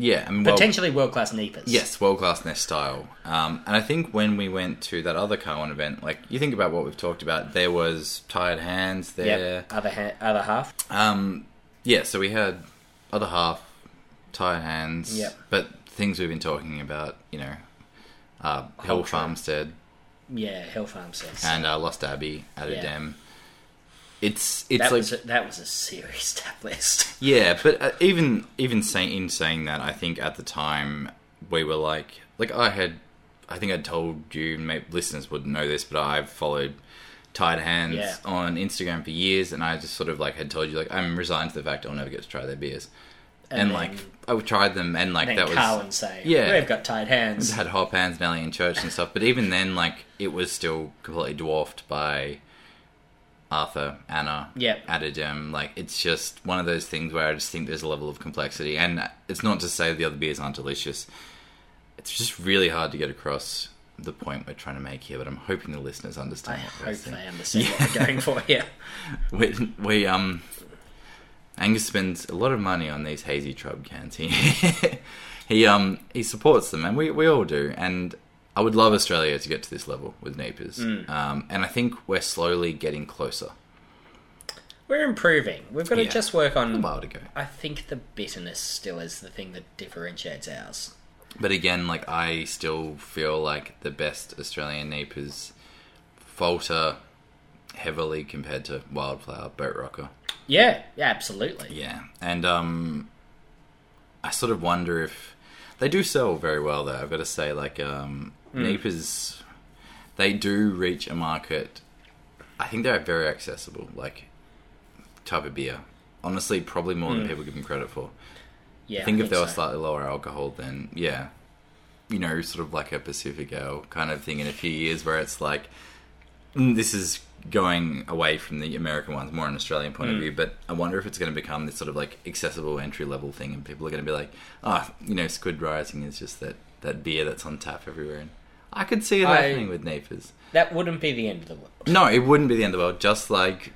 Yeah, I mean, well, Potentially world class Neepers. yes, world class nest style. Um, and I think when we went to that other Cowan event, like you think about what we've talked about, there was tired hands Yep. there. Other ha- other half. Um, yeah, so we had other half, tired hands. Yep. But things we've been talking about, you know, uh, Hill Ultra. Farmstead Yeah, Hill Farm says. and uh, Lost Abbey at Yeah. Adem. It's it's that like was a, that was a serious step list. Yeah, but uh, even even saying in saying that, I think at the time we were like, like I had, I think I told you, maybe listeners wouldn't know this, but I've followed Tied Hands Yeah. on Instagram for years, and I just sort of like had told you, like I'm resigned to the fact I'll never get to try their beers, and, then- like I would tried them, and like And that then was Carwin say, yeah. we've got tied hands. had Hop Hands and Alien Church and stuff, but even then, like it was still completely dwarfed by Arthur, Anna, Yep. Adagem. Like it's just one of those things where I just think there's a level of complexity, and it's not to say the other beers aren't delicious. It's just really hard to get across the point we're trying to make here, but I'm hoping the listeners I understand. what we're hope saying. they understand what we're going for here. We, we um, Angus spends a lot of money on these hazy trub cans. He he um he supports them, and we we all do. And I would love Australia to get to this level with Napers. Um, and I think we're slowly getting closer. We're improving. We've got to Yeah. just work A on. while to go, I think the bitterness still is the thing that differentiates ours. but again, like I still feel like the best Australian Napers falter heavily compared to Wildflower, Boat Rocker. Yeah, yeah, absolutely. Yeah, and um, I sort of wonder if they do sell very well. Though I've got to say, like um, Napers, they do reach a market. I think they're very accessible, like type of beer. Honestly, probably more than people give them credit for. Yeah, I think if they were so. slightly lower alcohol, then yeah, you know, sort of like a Pacific Ale kind of thing in a few years, where it's like mm, this is going away from the American ones, more an Australian point of view. But I wonder if it's going to become this sort of like accessible entry level thing, and people are going to be like, ah, you know, Squid Rising is just that that beer that's on tap everywhere. And I could see it I- happening with Napers. that wouldn't be the end of the world. No, it wouldn't be the end of the world. Just like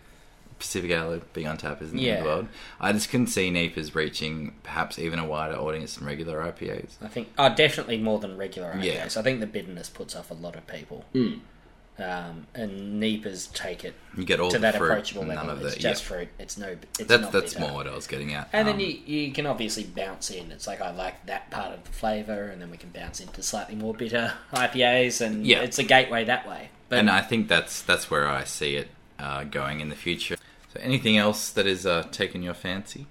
Pacific Ale being on tap isn't the end of the Yeah. world. I just couldn't see Napers reaching perhaps even a wider audience than regular IPAs. I think oh, definitely more than regular IPAs. Yeah. Hmm. I think the bitterness puts off a lot of people. Um, and Neepers take it You get all to the that fruit, approachable none level. of the it's just fruit. It's no. It's yeah. That's not that's bitter. more what I was getting at. And Um, then you, you can obviously bounce in. It's like I like that part of the flavour, and then we can bounce into slightly more bitter IPAs, and Yeah. it's a gateway that way. But and uh, I think that's that's where I see it uh, going in the future. So anything else that has uh, taken your fancy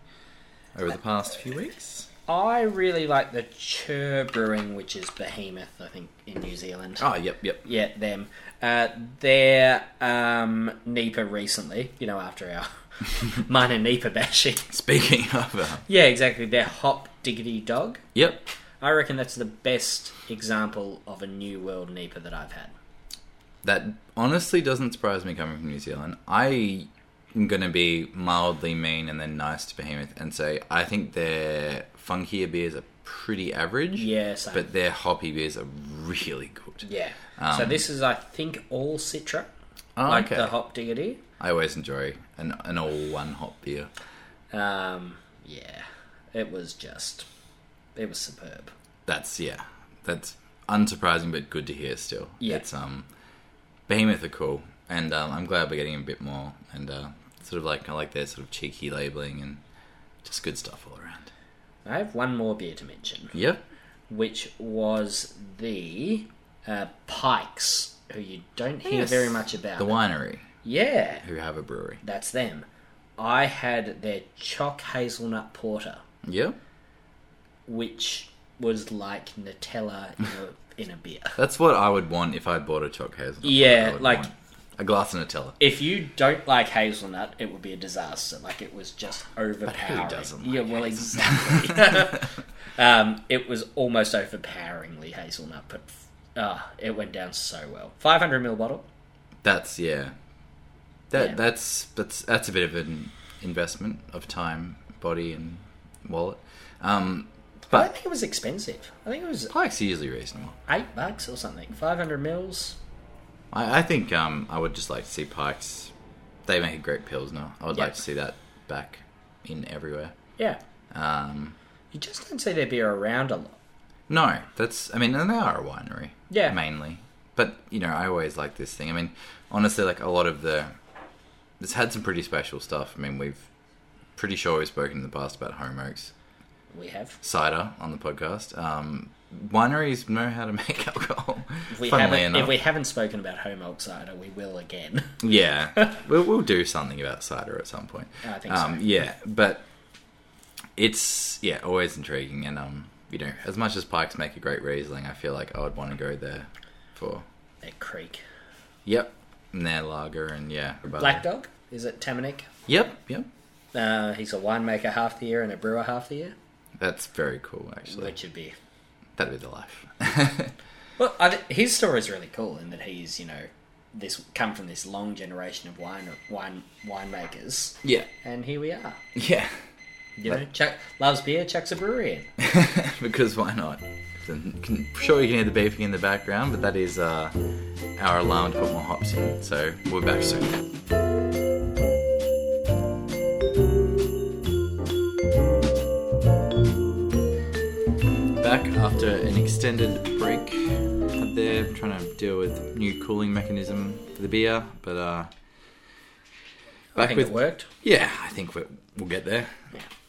over the past few Uh, weeks? I really like the Chur Brewing, which is Behemoth, I think, in New Zealand. Oh, yep, yep. Yeah, them. Uh, their um, NEPA recently, you know, after our minor NEPA bashing. Speaking of, uh, Yeah, exactly. Their Hop Diggity Dog. yep, I reckon that's the best example of a New World NEPA that I've had. that honestly doesn't surprise me coming from New Zealand. I am going to be mildly mean and then nice to Behemoth and say I think their funkier beers are pretty average. Yeah, same. But their hoppy beers are really good. Yeah. so this is, I think, all Citra, Um, Oh, like okay. the Hop Diggity. I always enjoy an, an all one hop beer. Um, yeah, it was just, it was superb. That's yeah. That's unsurprising, but good to hear. Still, Yeah. It's um, Behemoth are cool, and um, I'm glad we're getting a bit more and uh, sort of like I like their sort of cheeky labeling and just good stuff all around. I have one more beer to mention, Yep. which was the uh, Pikes, who you don't hear Yes. very much about. The winery Yeah, who have a brewery. that's them. I had their Choc Hazelnut Porter, Yep. which was like Nutella in a, in a beer. That's what I would want if I bought a choc hazelnut. Yeah, I would like- want a glass of Nutella. if you don't like hazelnut, it would be a disaster. Like it was just overpowering. doesn't yeah, like well, exactly. um, it was almost overpoweringly hazelnut, but uh, it went down so well. Five hundred ml bottle. That's yeah. That Yeah. that's that's that's a bit of an investment of time, body, and wallet. Um, I don't but think it was expensive. I think it was Pike's are usually reasonable. eight bucks or something. Five hundred mils. I, I think um, I would just like to see Pikes. They make a great pills now. I would Yeah. like to see that back in everywhere. Yeah. Um, You just don't see their beer around a lot. No, that's. I mean, and they are a winery. Yeah. Mainly, but you know, I always like this thing. I mean, honestly, like a lot of the, it's had some pretty special stuff. I mean, we've pretty sure we've spoken in the past about home oaks We have. cider on the podcast. Um, wineries know how to make alcohol. If we, funnily haven't, enough, if we haven't spoken about home oak cider, we will again. yeah, we'll, we'll do something about cider at some point. I think um, so. Yeah, but it's yeah always intriguing, and um, you know, as much as Pikes make a great Riesling, I feel like I would want to go there for That creek. Yep. And their lager and yeah. About Black Dog? Is it Tamanic? Yep, yep. Uh, he's a winemaker half the year and a brewer half the year, That's very cool actually. which would be. That'd be the life. Well, I, thi- his story is really cool in that he's you know this come from this long generation of wine wine winemakers, yeah. and here we are. Yeah. You know, Chuck loves beer, chucks a brewery in. because why not? Then can- Sure, you can hear the beeping in the background, but that is uh, our alarm to put more hops in. So we're back soon. Back after an extended break up there, trying to deal with new cooling mechanism for the beer, but uh, I back think it worked. yeah, I think we- we'll get there.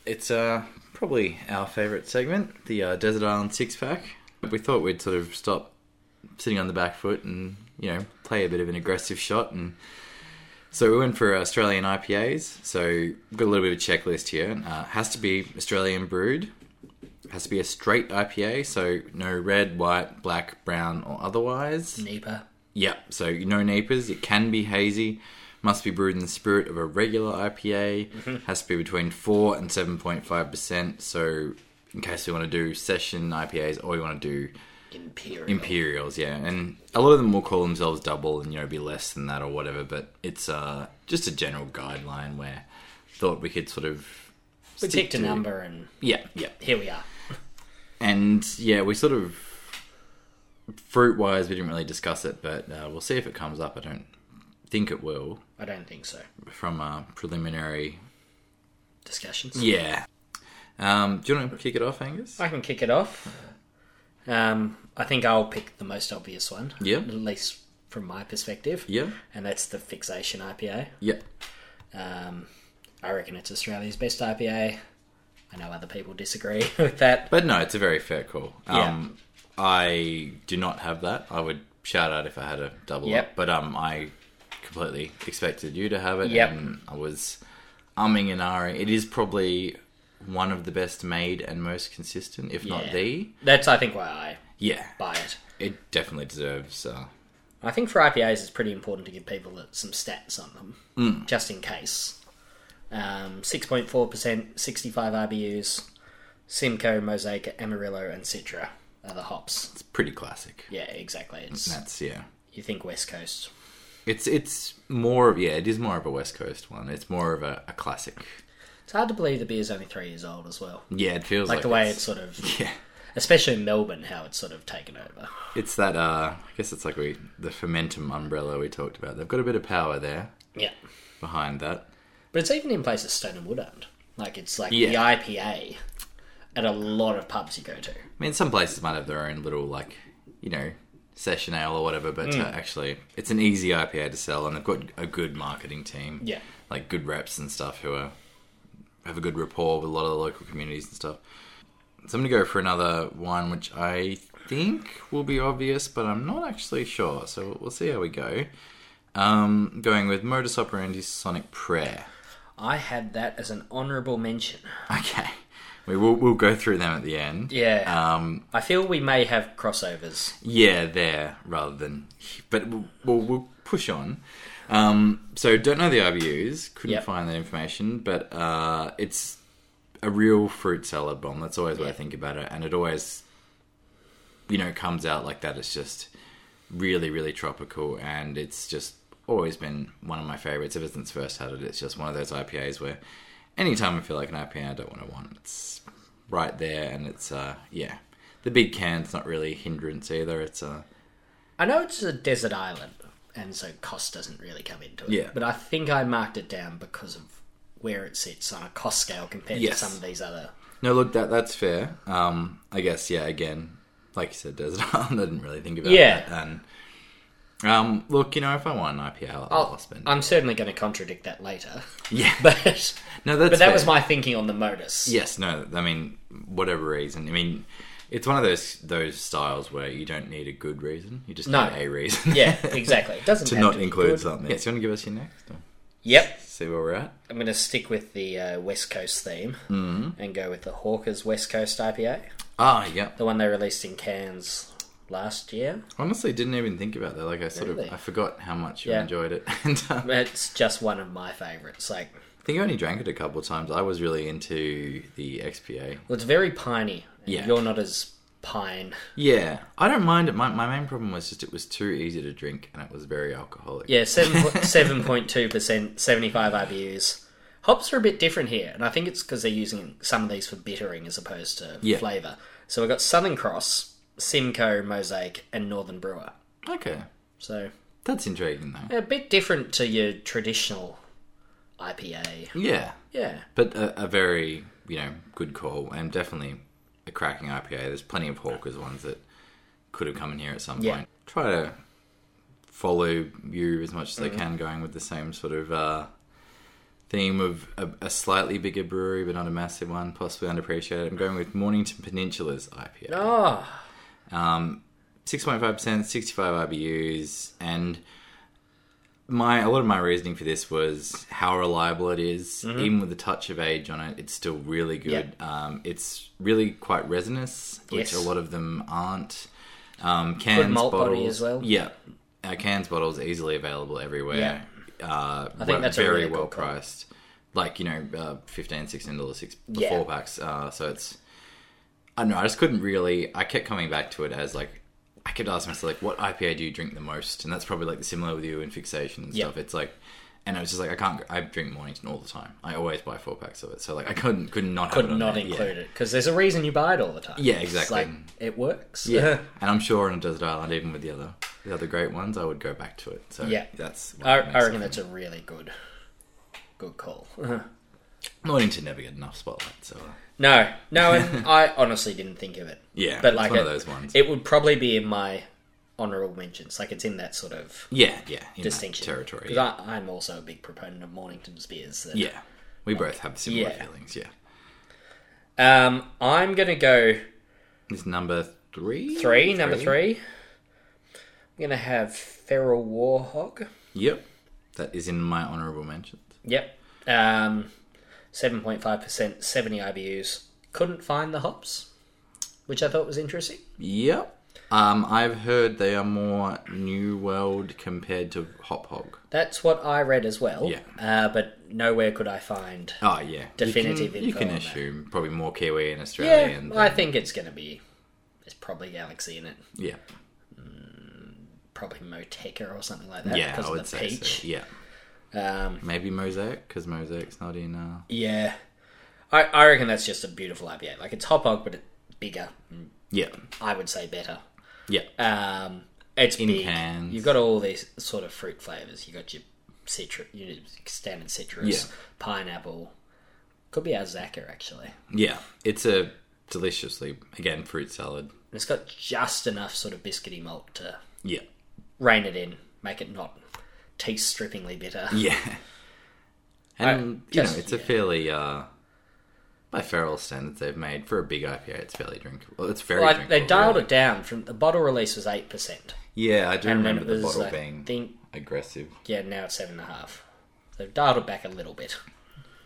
It's uh, probably our favourite segment, the uh, Desert Island Six Pack. We thought we'd sort of stop sitting on the back foot and you know play a bit of an aggressive shot, and so we went for Australian IPAs. So we've got a little bit of a checklist here. Uh, has to be Australian brewed. Has to be a straight IPA, so no red, white, black, brown, or otherwise. Neighbor. Yeah, so no napers. It can be hazy. Must be brewed in the spirit of a regular IPA. Has to be between four and seven point five percent. So, in case you want to do session IPAs or you want to do Imperial. Imperials, yeah, and a lot of them will call themselves double and you know be less than that or whatever. But it's uh, just a general guideline where thought we could sort of we stick picked a to- number, and Yeah, yeah, here we are. and yeah, we sort of fruit wise we didn't really discuss it, but uh, we'll see if it comes up. I don't think it will I don't think so. from a preliminary. Discussions. Yeah. Um, do you want to kick it off, Angus? I can kick it off. Um, I think I'll pick the most obvious one. Yeah. At least from my perspective. Yeah. And that's the Fixation IPA. Yeah. Um, I reckon it's Australia's best IPA. I know other people disagree with that. But no, it's a very fair call. Um, I do not have that. I would shout out if I had a double Yep. up, but um, I completely expected you to have it. Yep. And I was umming and ahhing. It is probably one of the best made and most consistent, if not Yeah. the. That's, I think, why I Yeah. buy it. It definitely deserves. Uh, I think for IPAs, it's pretty important to give people some stats on them, Hmm. just in case. Um, 6.4%, 65 RBUs, Simcoe, Mosaic, Amarillo, and Citra are the hops. it's pretty classic. Yeah, exactly. It's That's yeah. you think West Coast. It's it's more of yeah, it is more of a West Coast one. It's more of a, a classic. It's hard to believe the beer's only three years old as well. Yeah, it feels Like, like, the way it's sort of, yeah. especially in Melbourne, how it's sort of taken over. It's that uh, I guess it's like we the fermentum umbrella we talked about. They've got a bit of power there Yeah, behind that. but it's even in places Stone and Wood aren't. Like it's like the Yeah. IPA at a lot of pubs you go to. I mean, some places might have their own little like you know session ale or whatever, but uh, actually it's an easy IPA to sell, and they've got a good marketing team. Yeah. like good reps and stuff who are have a good rapport with a lot of the local communities and stuff. So I'm gonna go for another one, which I think will be obvious, but I'm not actually sure. So we'll see how we go. Um, going with modus operandi sonic prayer. I had that as an honourable mention. Okay, we will we'll go through them at the end. Yeah, Um, I feel we may have crossovers. yeah, there rather than, but we'll we'll, we'll push on. Um, so don't know the IBUs, couldn't Yep. find that information, but uh, it's a real fruit salad bomb. That's always what I Yeah. think about it, and it always, you know, comes out like that. It's just really, really tropical, and it's just always been one of my favorites ever since first had it. It's just one of those IPAs where anytime I feel like an IPA, I don't want to want. It's right there, and it's uh, yeah, the big can's not really a hindrance either. It's uh, I know it's a desert island, and so cost doesn't really come into it. Yeah. But I think I marked it down because of where it sits on a cost scale compared Yes. to some of these other No, look, that that's fair. Um, I guess, yeah. Again, like you said, Desert Island. I didn't really think about Yeah. that. And um, look, you know, if I want an IPA, I'll, I'll I'll, spend. I'm certainly going to contradict that later, yeah, but no, that's but that fair. was my thinking on the modus. Yes, no, I mean, whatever reason. I mean, it's one of those those styles where you don't need a good reason. You just No. need a reason. Yeah, exactly. It doesn't to have not to be include good. something. Yeah, so you want to give us your next? Or Yep, see where we're at? I'm going to stick with the uh, West Coast theme and go with the Hawkers West Coast IPA, Ah, yeah. the one they released in cans last year. Honestly, didn't even think about that. Like, I sort Really? of I forgot how much you Yeah. enjoyed it. and um, It's just one of my favorites. Like, I think I only drank it a couple of times. I was really into the XPA. well, it's very piney. and Yeah. you're not as pine. Yeah, I don't mind it. My, my main problem was just it was too easy to drink and it was very alcoholic. Yeah, seven seven point two percent, seventy five IBUs. Hops are a bit different here, and I think it's because they're using some of these for bittering as opposed to Yeah. flavour. So we've got Southern Cross, Simcoe, Mosaic, and Northern Brewer. Okay, So that's intriguing though. a bit different to your traditional IPA. Yeah, Yeah. but a, a very you know good call and definitely a cracking IPA. There's plenty of hawkers ones that could have come in here at some Yeah. point. Try to follow you as much as they Mm-hmm. can, going with the same sort of uh, theme of a, a slightly bigger brewery but not a massive one, possibly underappreciated. I'm going with Mornington Peninsula's IPA. Oh, six point five percent, sixty five IBUs, and my a lot of my reasoning for this was how reliable it is. Mm-hmm. Even with a touch of age on it, it's still really good. Um, it's really quite resinous, which Yes. a lot of them aren't. Um, cans, malt body bottles, as well. Yeah, uh, cans bottles easily available everywhere. Uh, I think that's a very really good well call. priced. Like you know, uh, fifteen, sixteen dollars six the Yeah. four packs. Uh, so it's I don't know. I just couldn't really. I kept coming back to it as like I kept asking myself like, what IPA do you drink the most? And that's probably like similar with you and fixation and Yeah. stuff. It's like, and I was just like, I can't. I drink Mornington all the time. I always buy four packs of it. So like, I couldn't could not have could it on not there. Yeah. include it because there's a reason you buy it all the time. Yeah, It's exactly. like it works. Yeah, and I'm sure on a desert island, even with the other the other great ones, I would go back to it. So Yeah. that's what I, makes I it reckon for that's me. a really good, good call. Mornington never get enough spotlight. So uh, No, no, and I honestly didn't think of it. Yeah, but it's like one it, of those ones. it would probably be in my honorable mentions. Like it's in that sort of yeah, yeah, in that distinction territory. Because I'm also a big proponent of Mornington's beers. that- yeah, we both have similar Yeah. feelings. Yeah, Um, I'm gonna go this number three, three, number three. I'm gonna have Feral Warhog. Yep. That is in my honorable mentions. Yep. Um, seven point five percent, seventy IBUs. Couldn't find the hops, which I thought was interesting. Yep. Um, I've heard they are more New World compared to Hop Hog. That's what I read as well. Yeah. Uh, but nowhere could I find. Oh, yeah. Definitive You can, you info can on that. assume probably more Kiwi and Oh, Yeah, Australian. I think it's going to be. There's probably Galaxy in it, yeah. probably Moteca or something like that. Yeah, because I would of the say peach. so. Yeah. Um, Maybe Mosaic, because Mosaic's not in. Uh... yeah, I, I reckon that's just a beautiful IPA. Like it's hop hog, but it's bigger. Yeah. I would say better. Yeah. Um, it's In big. cans. You've got all these sort of fruit flavors. You got your citrus, your standard citrus, Yeah. pineapple. Could be our Zaka actually. Yeah. It's a deliciously, again, fruit salad. And it's got just enough sort of biscuity malt to Yeah. rein it in, make it not taste strippingly bitter. Yeah. And, you just- know, it's a fairly. Uh, by feral standards, they've made for a big IPA, it's fairly drinkable. Well, It's very Like drinkable. they dialed really. it down from the bottle release was eight percent, Yeah, I do and then remember it the was bottle I being think aggressive. yeah now it's seven and a half. They've dialed it back a little bit.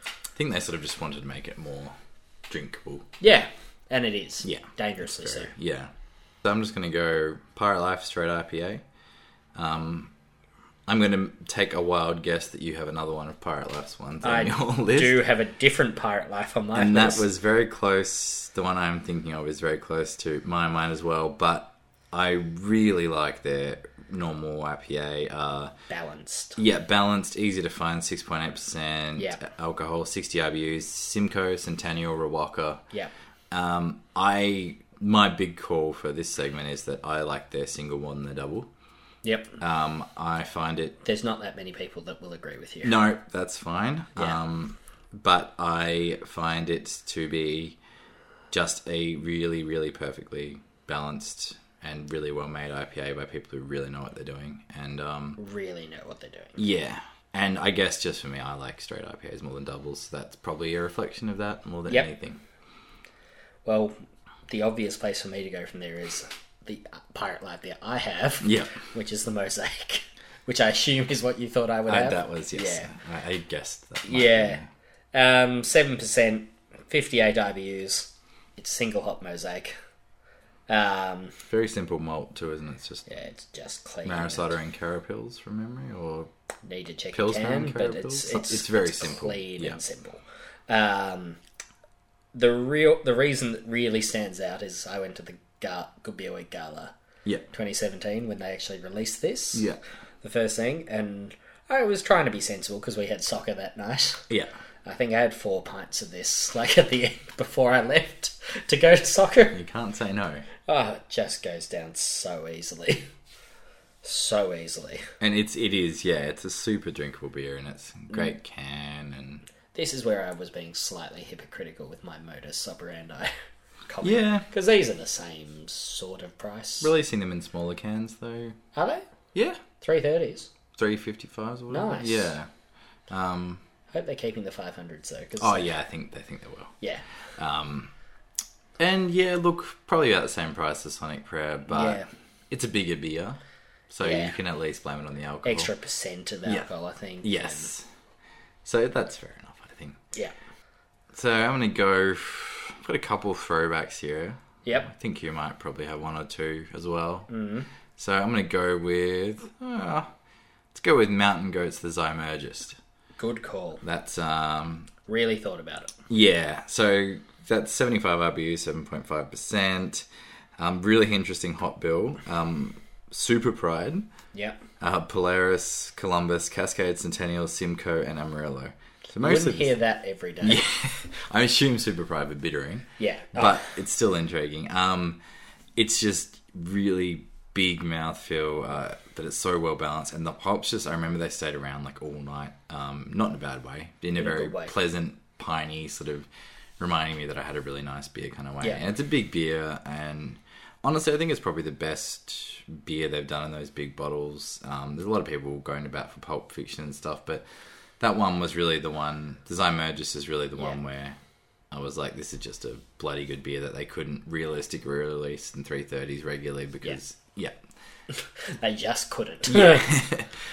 I think they sort of just wanted to make it more drinkable. Yeah, and it is Yeah. dangerously so. Yeah. So I'm just going to go Pirate Life straight IPA. Um, I'm going to take a wild guess that you have another one of Pirate Life's ones on I your list. do have a different pirate life on my And that list. was very close. The one I'm thinking of is very close to my mind as well. But I really like their normal IPA. Uh, balanced. Yeah, balanced, easy to find, 6.8% Yeah. alcohol, 60 IBUs, Simcoe, Centennial, Rawaka. Yeah, Um, I my big call for this segment is that I like their single one, the double. yep. Um, I find it There's not that many people that will agree with you. no, that's fine. Yeah. Um, but I find it to be just a really, really perfectly balanced and really well made IPA by people who really know what they're doing. And um, Really know what they're doing. yeah, and I guess just for me, I like straight IPAs more than doubles. So that's probably a reflection of that more than Yep. anything. Well, the obvious place for me to go from there is the pirate lab that I have, Yeah, which is the mosaic, which I assume is what you thought I would I, have. that was yes. Yeah. I, I guessed that. might be- Yeah. Um, 7%, 58 IBUs. It's single hop mosaic. Um, very simple malt too, isn't it? It's just yeah, it's just clean. Marisada and Cara pills from memory, or Need to check Pilsner the can, and but Carib it's, Pills? it's It's very simple. clean Yeah. and simple. Um, the real the reason that really stands out is I went to the Ga- Good Beer Week Gala yeah, 2017 when they actually released this. yeah, The first thing, and I was trying to be sensible because we had soccer that night. yeah. I think I had four pints of this, like at the end before I left to go to soccer. You can't say no. Oh, it just goes down so easily. So easily. And it's it is yeah, it's a super drinkable beer, and it's a Mm. great can, and This is where I was being slightly hypocritical with my modus operandi comment. yeah, Because these are the same sort of price. releasing them in smaller cans though. Are they? Yeah, 330s. three fifty fives or whatever. Nice. Yeah. Um. Hope they're keeping the 500s though. 'cause- Oh yeah, I think I think they will. Yeah. Um. And yeah, look, probably about the same price as Sonic Prayer, but Yeah. it's a bigger beer, so Yeah. you can at least blame it on the alcohol. Extra percent of alcohol, I think. Yes. So that's fair enough, I think. And- yeah. So I'm gonna go. I've got a couple throwbacks here. I Yep. think you might probably have one or two as well. Mm-hmm. So I'm going to go with. Uh, let's go with Mountain Goats the Zymurgist. Good call. That's. um Really thought about it. Yeah, so that's 75 RBU, 7.5%. Um, really interesting hot bill. Um, Super Pride, Yep. uh, Polaris, Columbus, Cascade, Centennial, Simcoe, and Amarillo. So Wouldn't mostly. hear that every day. I assume Super Pride would bittering Yeah. Oh, but it's still intriguing. Um, it's just really big mouthfeel, uh, but it's so well balanced. And the hops just, I remember they stayed around like all night. Um, not in a bad way, in a very good way. pleasant, piney sort of reminding me that I had a really nice beer kind of way. Yeah. And it's a big beer. And honestly, I think it's probably the best beer they've done in those big bottles. Um, there's a lot of people going about for Pulp Fiction and stuff, but that one was really the one. Design Mergers is really the one Yeah. where I was like, this is just a bloody good beer that they couldn't realistically release in 330s regularly because, yeah, they just couldn't.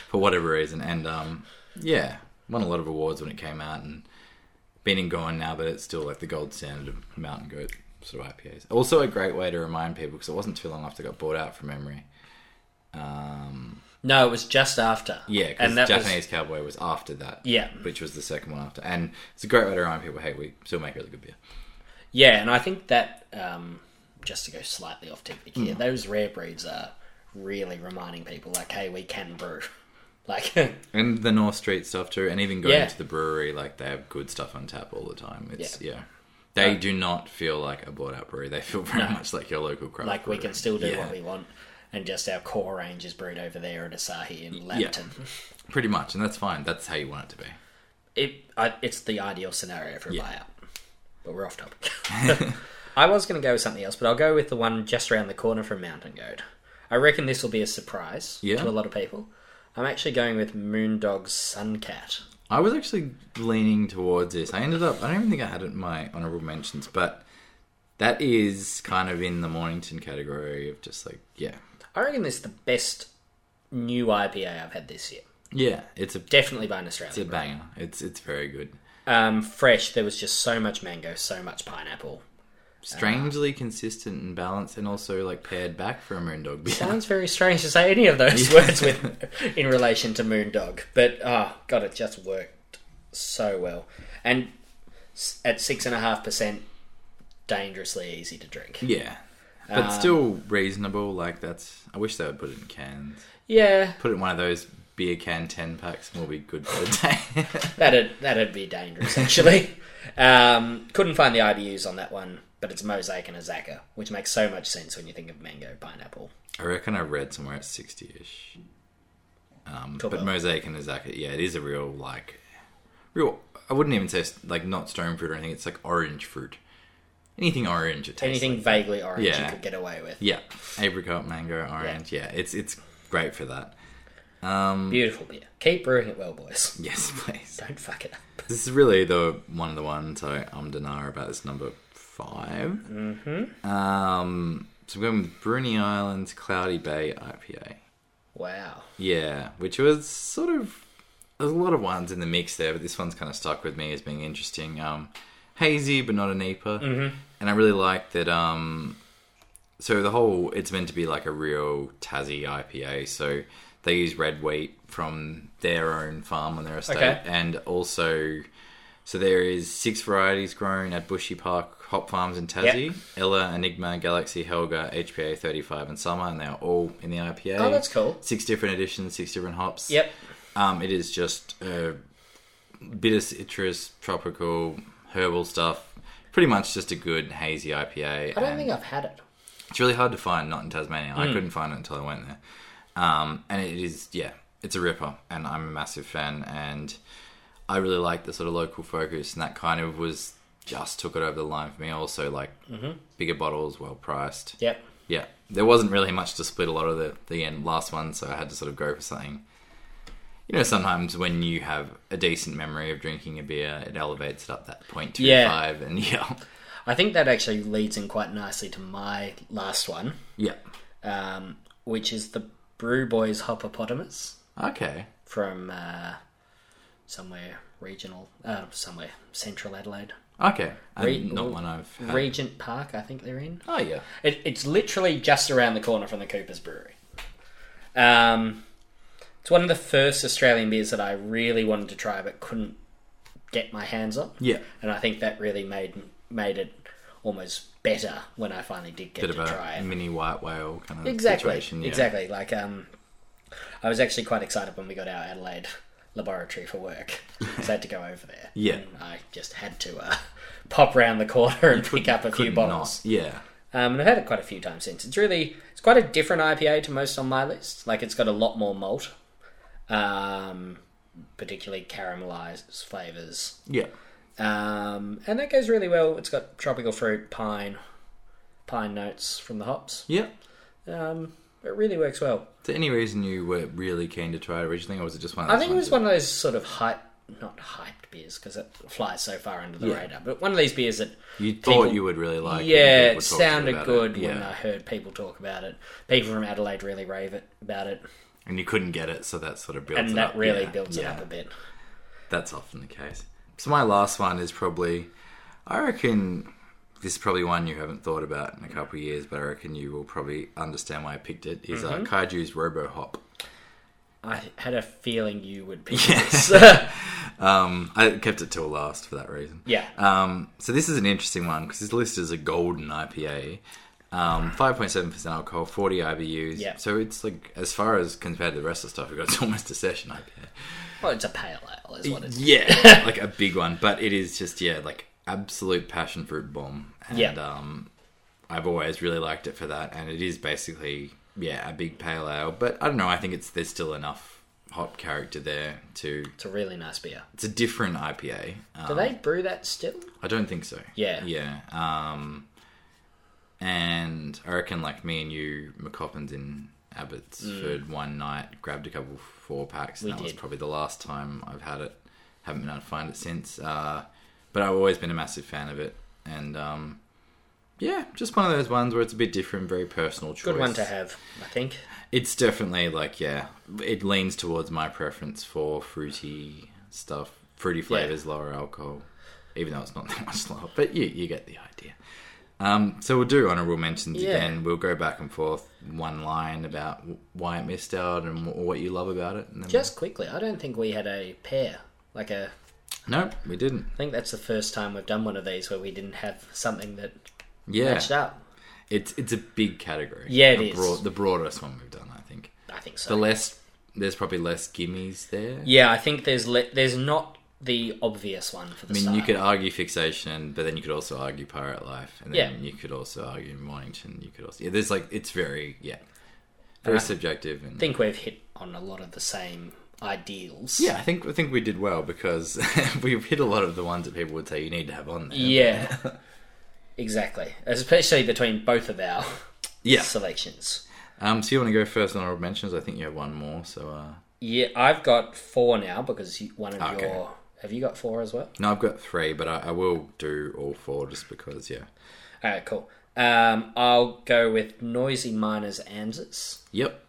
for whatever reason. And um, yeah, won a lot of awards when it came out and been and gone now, but it's still like the gold standard of mountain goat sort of IPAs. Also, a great way to remind people because it wasn't too long after it got bought out from memory. Um, No, it was just after. yeah, because and that Japanese was Cowboy was after that. Yeah. Which was the second one after. And it's a great way to remind people, hey, we still make really good beer. yeah, and I think that um, just to go slightly off topic Mm. here, those rare breeds are really reminding people like, hey, we can brew. Like, And the North Street stuff too, and even going Yeah. to the brewery, like they have good stuff on tap all the time. It's yeah. They Um, do not feel like a bought out brewery. They feel very much like your local craft. like we brewery. can still do Yeah. what we want, and just our core range is brewed over there at Asahi in Lambton. pretty much, and that's fine. That's how you want it to be. It I, it's the ideal scenario for a buyout. But we're off topic. I was going to go with something else, but I'll go with the one just around the corner from Mountain Goat. I reckon this will be a surprise Yeah. to a lot of people. I'm actually going with Moondog's Suncat. I was actually leaning towards this. I ended up. I don't even think I had it in my honorable mentions, but that is kind of in the Mornington category of just like yeah, I reckon this is the best new IPA I've had this year. yeah. It's a Definitely by an it's a Australian. banger. It's it's very good. Um, fresh, there was just so much mango, so much pineapple. Strangely consistent and balanced, and also like paired back for a Moondog beer. Sounds very strange to say any of those words with in relation to Moondog, but ah, God, it just worked so well. And s- at six and a half percent, dangerously easy to drink. Yeah. But still reasonable. Like that's. I wish they would put it in cans. Yeah, Put it in one of those beer can ten packs, and we'll be good for the day. that'd that'd be dangerous actually. um, couldn't find the IBUs on that one, but it's mosaic and a Zaka, which makes so much sense when you think of mango pineapple. I reckon I read somewhere at sixty-ish. Um, Cool. but mosaic and azaka, yeah, it is a real like, real. I wouldn't even say like not stone fruit or anything. It's like orange fruit. Anything orange, it tastes Anything vaguely orange Yeah. you could get away with. Yeah, apricot, mango, orange. Yeah, it's it's great for that. Beautiful beer. Keep brewing it well, boys. Yes, please. Don't fuck it up. This is really the one of the ones I um denar about this number 5 Mm-hmm. Um, so I'm going with Bruni Islands Cloudy Bay IPA. Wow. Yeah, which was sort of there's a lot of ones in the mix there, but this one's kind of stuck with me as being interesting. Um, hazy, but not an IPA, mm-hmm. and I really like that. Um, so the whole it's meant to be like a real Tassie IPA, so they use red wheat from their own farm on their estate, Okay. and also so there is six varieties grown at Bushy Park Hop Farms in Tassie: Ella, Enigma, Galaxy, Helga, HPA 35, and Summer, and they're all in the IPA Oh, that's cool. six different editions, six different hops. Yep. Um, it is just uh, bitter citrus, tropical, herbal stuff. Pretty much just a good hazy IPA. I Hmm. don't and think I've had it. it's really hard to find, not in Tasmania. I couldn't find it until I went there. Um, and it is, yeah, it's a ripper, and I'm a massive fan. And I really like the sort of local focus, and that kind of was just took it over the line for me. Also, like Mm-hmm. bigger bottles, well priced. Yep. Yeah, there wasn't really much to split a lot of the the end last one, so I had to sort of go for something. You know, sometimes when you have a decent memory of drinking a beer, it elevates it up that point two five, and yeah, I think that actually leads in quite nicely to my last one, yeah, um, which is the Brew Boys Hoppopotamus okay, from uh, somewhere regional, uh, somewhere central Adelaide. okay, and Re- not one I've had. Regent Park, I think they're in. oh yeah, It, it's literally just around the corner from the Cooper's Brewery. Um, it's one of the first Australian beers that I really wanted to try but couldn't get my hands on. yeah, and I think that really made made it almost better when I finally did get bit of to try a it. mini white whale kind of Exactly, situation. Yeah. exactly. Like um, I was actually quite excited when we got our Adelaide laboratory for work, so I had to go over there. Yeah. and I just had to uh, pop round the corner and pick up a few Could not- bottles. Yeah, Um, and I've had it quite a few times since. It's really it's quite a different IPA to most on my list. Like it's got a lot more malt, um, particularly caramelized flavors. yeah, Um, and that goes really well. It's got tropical fruit, pine, pine notes from the hops. yeah. Um, it really works well. Is there any reason you were really keen to try it originally, or was it just one? Of I those think it was ones one of those sort of hype, not hyped beers because it flies so far under the Yeah. radar, but one of these beers that, that you thought people- you would really like. and yeah, people it talked to you sounded about good it. when I heard people talk about it. People from Adelaide really rave it about it, and you couldn't get it, so that sort of builds and it that up. really yeah, builds yeah. it up a bit. That's often the case. So my last one is probably, I reckon, this is probably one you haven't thought about in a couple of years, but I reckon you will probably understand why I picked it. Is Mm-hmm. uh, Kaiju's RoboHop. I had a feeling you would pick this. Um, I kept it till last for that reason. yeah, Um, so this is an interesting one because it's listed as a golden IPA, um, five point seven percent alcohol, forty IBUs. Yeah. So it's like as far as compared to the rest of the stuff, we got it's almost a session IPA. well, it's a pale ale, is what it is. Yeah, like a big one, but it is just yeah, like absolute passion fruit bomb. And Yeah. um I've always really liked it for that and it is basically yeah, a big pale ale, but I don't know, I think it's there's still enough hop character there to It's a really nice beer. it's a different IPA. Um, Do they brew that still? I don't think so. Yeah. Yeah. Um and I reckon like me and you McCoppins in Abbotsford one night grabbed a couple four packs and Mm. We that was did. probably the last time I've had it. Haven't been able to find it since. Uh but I've always been a massive fan of it. And um yeah, just one of those ones where it's a bit different, very personal choice. Good one to have, I think. It's definitely like yeah, it leans towards my preference for fruity stuff, fruity flavors, lower alcohol, even though it's not that much lower. But you you get the idea. Um, so we'll do honorable mentions Yeah. again. We'll go back and forth one line about w- why it missed out and wh- what you love about it. And then Just quickly, I don't think we had a pair. Like a, no, we didn't. I think that's the first time we've done one of these where we didn't have something that Yeah, matched up. it's it's a big category. Yeah, it it is is. the broadest one we've done. I think I think the so. less there's probably less gimmies there. yeah, I think there's le- there's not the obvious one for the I mean, start. you could argue fixation, but then you could also argue pirate life, and then Yeah. you could also argue Mornington. You could also yeah, there's like it's very yeah, very subjective and I think we've hit on a lot of the same ideals. yeah. I think I think we did well because we've hit a lot of the ones that people would say you need to have on there. Yeah. Exactly. Especially between both of our Yeah. selections. Um, so you want to go first on honorable mentions? I think you have one more. So uh, Yeah, I've got four now because you, one of Ah, Okay. your. Have you got four as well? no, I've got three, but I, I will do all four just because. Yeah. All right, cool. Um, I'll go with Noisy Miners Anzus. Yep.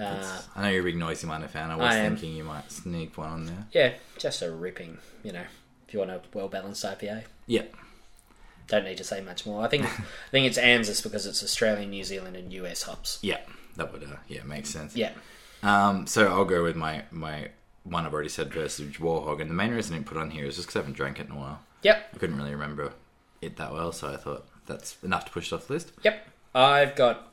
Uh, I know you're a big noisy miner fan. I was I am. thinking you might sneak one on there. yeah, just a ripping, you know, if you want a well balanced IPA. Yep. Don't need to say much more. I think I think it's Anzus because it's Australian, New Zealand, and US hops. Yeah. That would uh, yeah make sense. Yeah. Um, so I'll go with my my one I've already said versus Warhog, and the main reason it put on here is just because I haven't drank it in a while. Yep. I couldn't really remember it that well, so I thought that's enough to push it off the list. Yep. I've got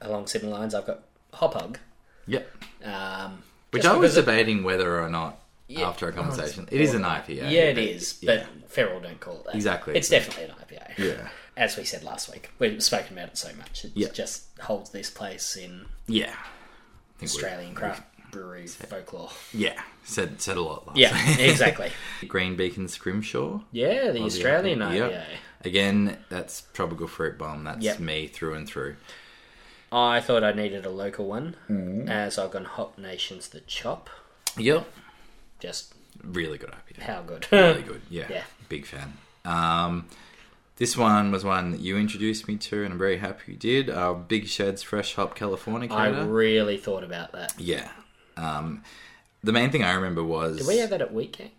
along similar lines. I've got Hop Hug. Yep. Um, Which just I was because it- debating whether or not Yeah. after a conversation. It is an yeah, IPA. it but- is, yeah. but Feral don't call it that. Exactly. It's definitely an IPA. Yeah. As we said last week, we've spoken about it so much. It Yeah. just holds this place in Yeah. I think we- Australian craft brewery folklore. Yeah. Said said a lot last Yeah, time. exactly. Green Beacon Scrimshaw. Yeah, the Australian IPA. Yep. Again, that's tropical fruit bomb. That's Yep. me through and through. I thought I needed a local one, Mm. uh, so I've gone Hop Nation's The Chop. Yep. Just Really good IPA. how good. Really good. Yeah. Yeah. Big fan. Um, this one was one that you introduced me to, and I'm very happy you did. Uh, Big Sheds Fresh Hop California. I really thought about that. Yeah. Um, the main thing I remember was Did we have that at weekend?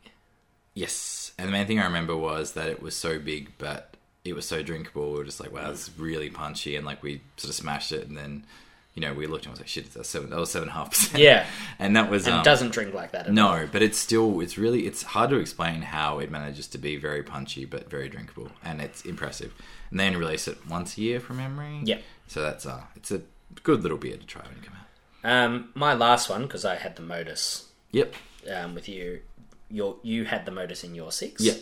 yes, and the main thing I remember was that it was so big, but it was so drinkable. We were just like, wow, this is really punchy, and like we sort of smashed it, and then you know we looked and was like, shit, that's seven, that was seven and a half percent. Yeah. and that was And um, doesn't drink like that. At all. no, but it's still it's really it's hard to explain how it manages to be very punchy but very drinkable, and it's impressive. And they only release it once a year from memory. Yep. So that's uh, it's a good little beer to try when you come out. Um, my last one because I had the modus Yep. um, with you. Your you had the modus in your six. Yeah.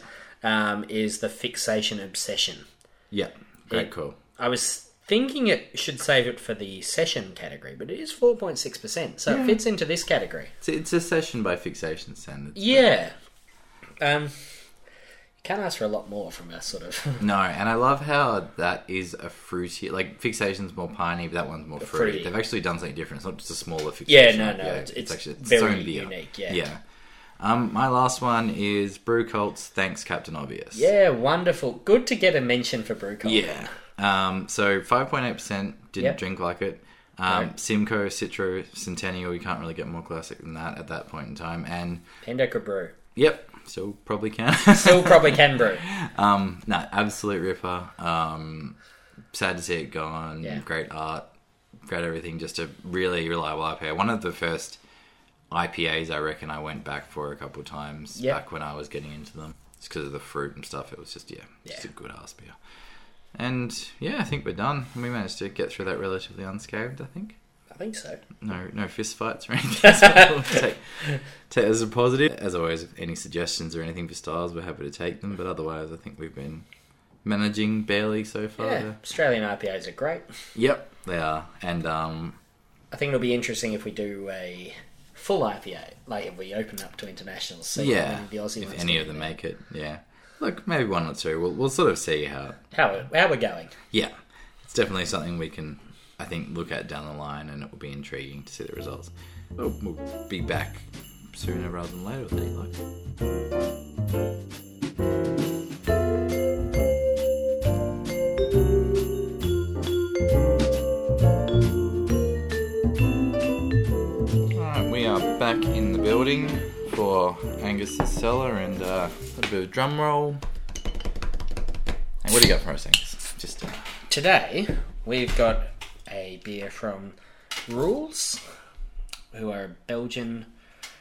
Um, is the fixation obsession? Yep. Great It- call. I was thinking it should save it for the session category, but it is four point six percent, so it fits into this category. It's, it's a session by fixation standards. Yeah. Um, you can't ask for a lot more from a sort of No, and I love how that is a fruity. Like fixation's more piney, but that one's more fruity. fruity. They've actually done something different. It's not just a smaller yeah. fixation. No, no, IPA. it's, it's, actually its very own beer. unique. Yeah. Yeah. Um, my last one is Brew Cult's Thanks Captain Obvious. Yeah, wonderful. Good to get a mention for Brewcock. Yeah. Um, so 5.8% didn't Yep. drink like it. Um, Right. Simcoe, Citro, Centennial, you can't really get more classic than that at that point in time. And, Pendeca Brew. yep, still probably can. Still probably can brew. Um, no, absolute ripper. Um, sad to see it gone. Yeah. Great art, great everything. Just a really reliable IPA. One of the first IPAs I reckon I went back for a couple times Yeah. back when I was getting into them. It's because of the fruit and stuff. It was just yeah, just a Yeah. good ass beer. And yeah, I think we're done. We managed to get through that relatively unscathed. I think I think so. no no fist fights or anything. So we'll take, take it as a positive. As always, if any suggestions or anything for styles, we're happy to take them. But otherwise, I think we've been managing barely so far. Yeah, Australian IPAs are great. Yep, they are. And um, I think it'll be interesting if we do a full IPA, like if we open up to internationals. See how yeah, many of the Aussie if ones any we of them do. make it, yeah. Look, maybe one or two. We'll, we'll sort of see how. How we- how we're going? Yeah, it's definitely something we can, I think, look at down the line, and it will be intriguing to see the results. We'll, we'll be back sooner rather than later with any luck. Alright, we are back in the building for Angus's cellar and uh, a little bit of drum roll. And what do you got for us, Angus? Just uh, Today we've got a beer from Rules, who are a Belgian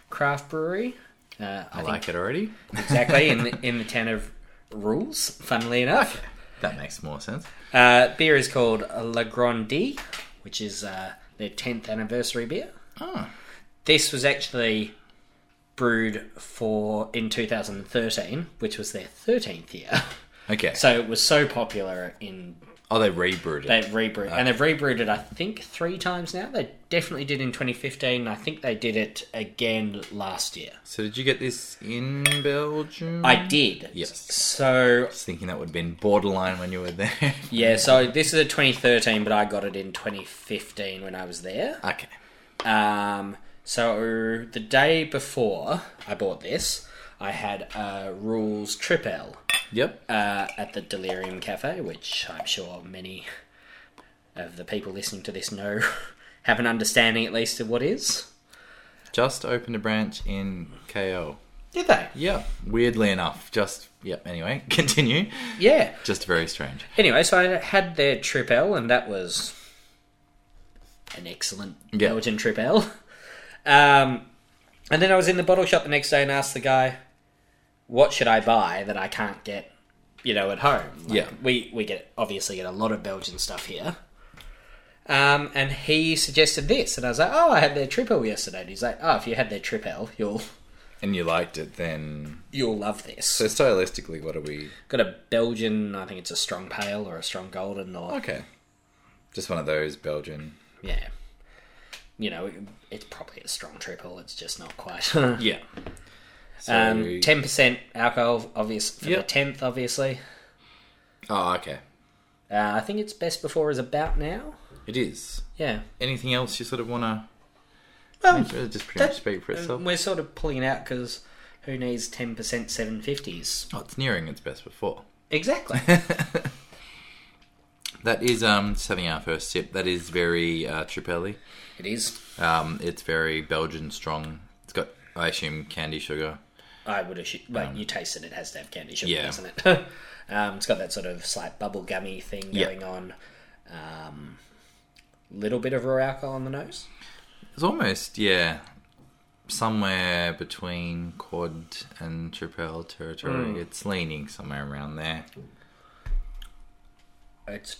craft brewery. Uh, I, I think like it already. exactly in the, in the town of Rules. Funnily enough. That makes more sense. Uh, beer is called La Grande, which is uh, their 10th anniversary beer. Oh, This was actually brewed for in 2013, which was their 13th year. okay. So it was so popular in Oh, they rebrewed it. They've rebrewed, and they've rebrewed it. I think three times now. They definitely did in 2015. and I think they did it again last year. so did you get this in Belgium? I did. Yes. So was thinking that would have been borderline when you were there. yeah, so this is a 2013, but I got it in 2015 when I was there. okay. Um, so the day before I bought this, I had a rules trip L Yep. uh, at the Delirium Cafe, which I'm sure many of the people listening to this know have an understanding at least of what is. Just opened a branch in KO. Did they? Yeah. Weirdly enough, just yep. Anyway, continue. Yeah. Just very strange. Anyway, so I had their trip L, and that was an excellent Yeah. Belgian trip L. Um, and then I was in the bottle shop the next day and asked the guy, "What should I buy that I can't get, you know, at home?" Like, Yeah. we we get obviously get a lot of Belgian stuff here. Um, and he suggested this, and I was like, "Oh, I had their trip L yesterday." And he's like, "Oh, if you had their trip L, you'll And you liked it then. you'll love this." So stylistically, what are we? Got a Belgian, I think it's a strong pale or a strong golden or Okay. Just one of those Belgian. yeah, you know, it's probably a strong triple. It's just not quite. Yeah. So, um, ten percent alcohol, obvious for the Yep. tenth, obviously. oh, okay. Uh, I think it's best before is about now. It is. Yeah, Anything else you sort of want to? Well, just pretty that- much speak for itself. we're sort of pulling it out because who needs ten percent seven fifties? Oh, it's nearing its best before. Exactly. That is um, just having our first sip. That is very uh, Tripelli. it is. Um, it's very Belgian strong. It's got, I assume, candy sugar. I would assume. Like you taste it, it has to have candy sugar, Um, yeah. doesn't it? um, it's got that sort of slight bubble gummy thing Yeah. going on. Um, little bit of raw alcohol on the nose. It's almost yeah, somewhere between quad and Tripel territory. It's leaning somewhere around there. It's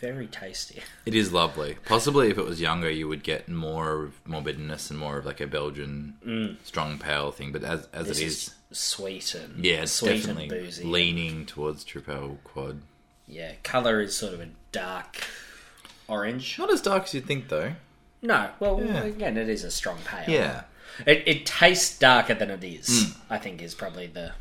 very tasty. It is lovely. Possibly, if it was younger, you would get more of morbidness and more of like a Belgian strong pale thing. But as as This it is, Mm. is, sweet and yeah, it's sweet definitely and boozy. leaning towards Tripel quad. Yeah, color is sort of a dark orange. Not as dark as you'd think, though. No, well Yeah. again, it is a strong pale. Yeah, it, it tastes darker than it is. Mm. I think is probably the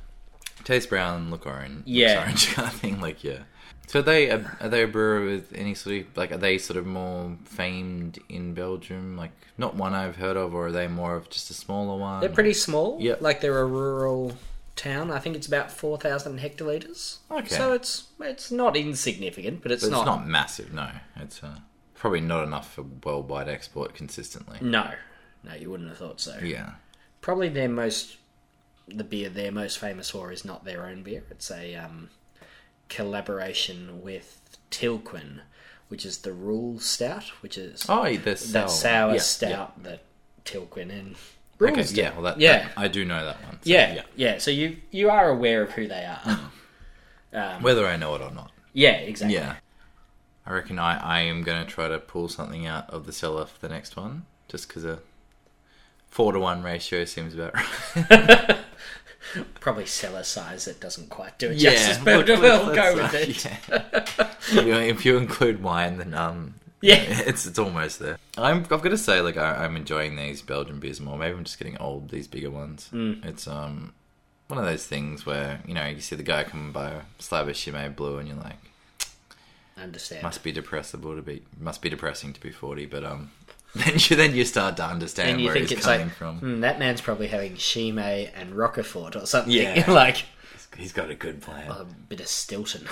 taste brown, look orange. looks Yeah. orange kind of thing. Like yeah. So are they are, are they a brewer with any sort of like are they sort of more famed in Belgium? Like not one I've heard of, or are they more of just a smaller one? they're pretty small. Yeah. like they're a rural town. I think it's about four thousand hectoliters. Okay. so it's it's not insignificant, but it's, But it's not, not, massive. No, it's uh, probably not enough for worldwide export consistently. No, no, you wouldn't have thought so. Yeah. probably their most the beer they're most famous for is not their own beer it's a um, collaboration with tilquin which is the rule stout which is Oh, the sour. that sour yeah, Yeah. stout that tilquin and Okay, rules yeah, well, that, Yeah. that- I do know that one. so, Uh-huh. yeah, yeah so you you are aware of who they are Whether I know it or not. yeah exactly Yeah. I reckon I, I am going to try to pull something out of the cellar for the next one, just because a four to one ratio seems about right. probably cellar size that doesn't quite do it justice but let's- we'll go let's, with uh, it yeah. You know, if you include wine, then um, Yeah. it's it's almost there. I'm I've got to say, like I, I'm enjoying these Belgian beers more. Maybe I'm just getting old. These bigger ones. It's um one of those things where you know you see the guy come by a slab of Chimay Blue, and you're like, understand must be depressible to be must be depressing to be 40. But um, then you then you start to understand and you where think he's it's coming like from. "Hmm, that man's probably having Shime and Roquefort or something Yeah. like He's got a good plan. a bit of Stilton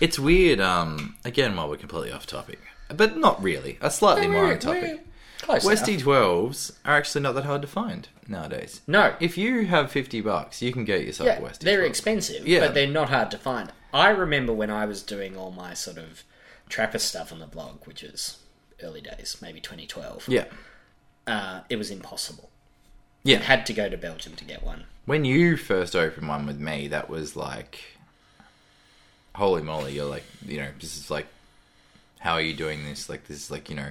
It's weird. Um, again, while we're completely off topic, but not really. A slightly more on topic. Close West E twelves are actually not that hard to find nowadays. No. If you have fifty bucks, you can get yourself yeah, a West E they're twelve. expensive, Yeah. but they're not hard to find. I remember when I was doing all my sort of Trappist stuff on the blog, which was early days, maybe 2012. yeah. Uh, it was impossible. Yeah. You had to go to Belgium to get one. When you first opened one with me, that was like, holy moly! You're like, you know, this is like, how are you doing this? Like, this is like, you know.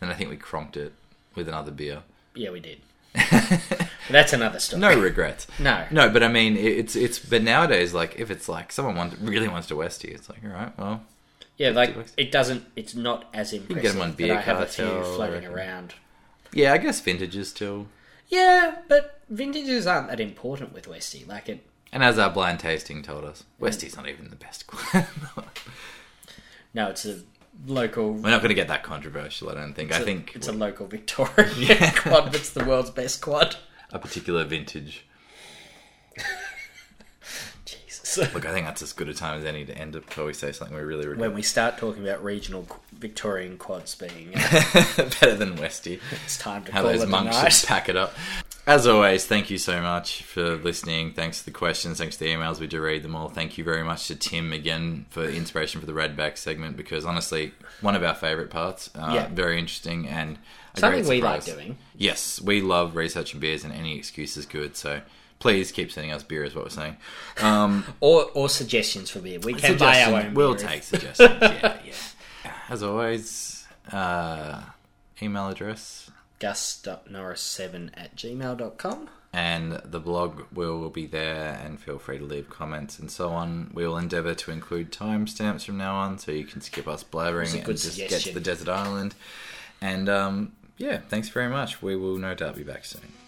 And I think we cronked it with another beer. Yeah, we did. But that's another story. No regrets. No. No, but I mean, it- it's it's. But nowadays, like, if it's like someone wants, really wants to West you, it's like, all right, well, yeah, like bucks. it doesn't. It's not as impressive. get 'em on beer that I have a few cartel, I floating reckon. around. yeah, I guess vintage is still. Yeah, but vintages aren't that important with Westie. Like it, And as our blind tasting told us, Westie's not even the best. We're no, it's a local. not going to get that controversial, I don't think. I think it's a local Victorian quad. That's the world's best quad. a particular vintage. Jesus. Look, I think that's as good a time as any to end up before we say something we really regret. When we start talking about regional qu- Victorian quads being, uh, Better than Westie. it's time to How call those it a monks night. just pack it up. As always, thank you so much for listening. Thanks for the questions. Thanks for the emails. We do read them all. Thank you very much to Tim again for the inspiration for the Redback segment because honestly, one of our favourite parts. Uh, Yeah. Very interesting and a Something great we like surprise. doing. Yes, we love researching beers and any excuse is good. So please keep sending us beer, is what we're saying. Um, Or, or suggestions for beer. We can buy our suggestions- own. We'll beer if- take suggestions. yeah, yeah. As always, uh, email address gus.norris7 at gmail.com. and the blog will be there and feel free to leave comments and so on we will endeavour to include timestamps from now on so you can skip us blabbering a and good just get suggestion. to the desert island and um, yeah thanks very much we will no doubt be back soon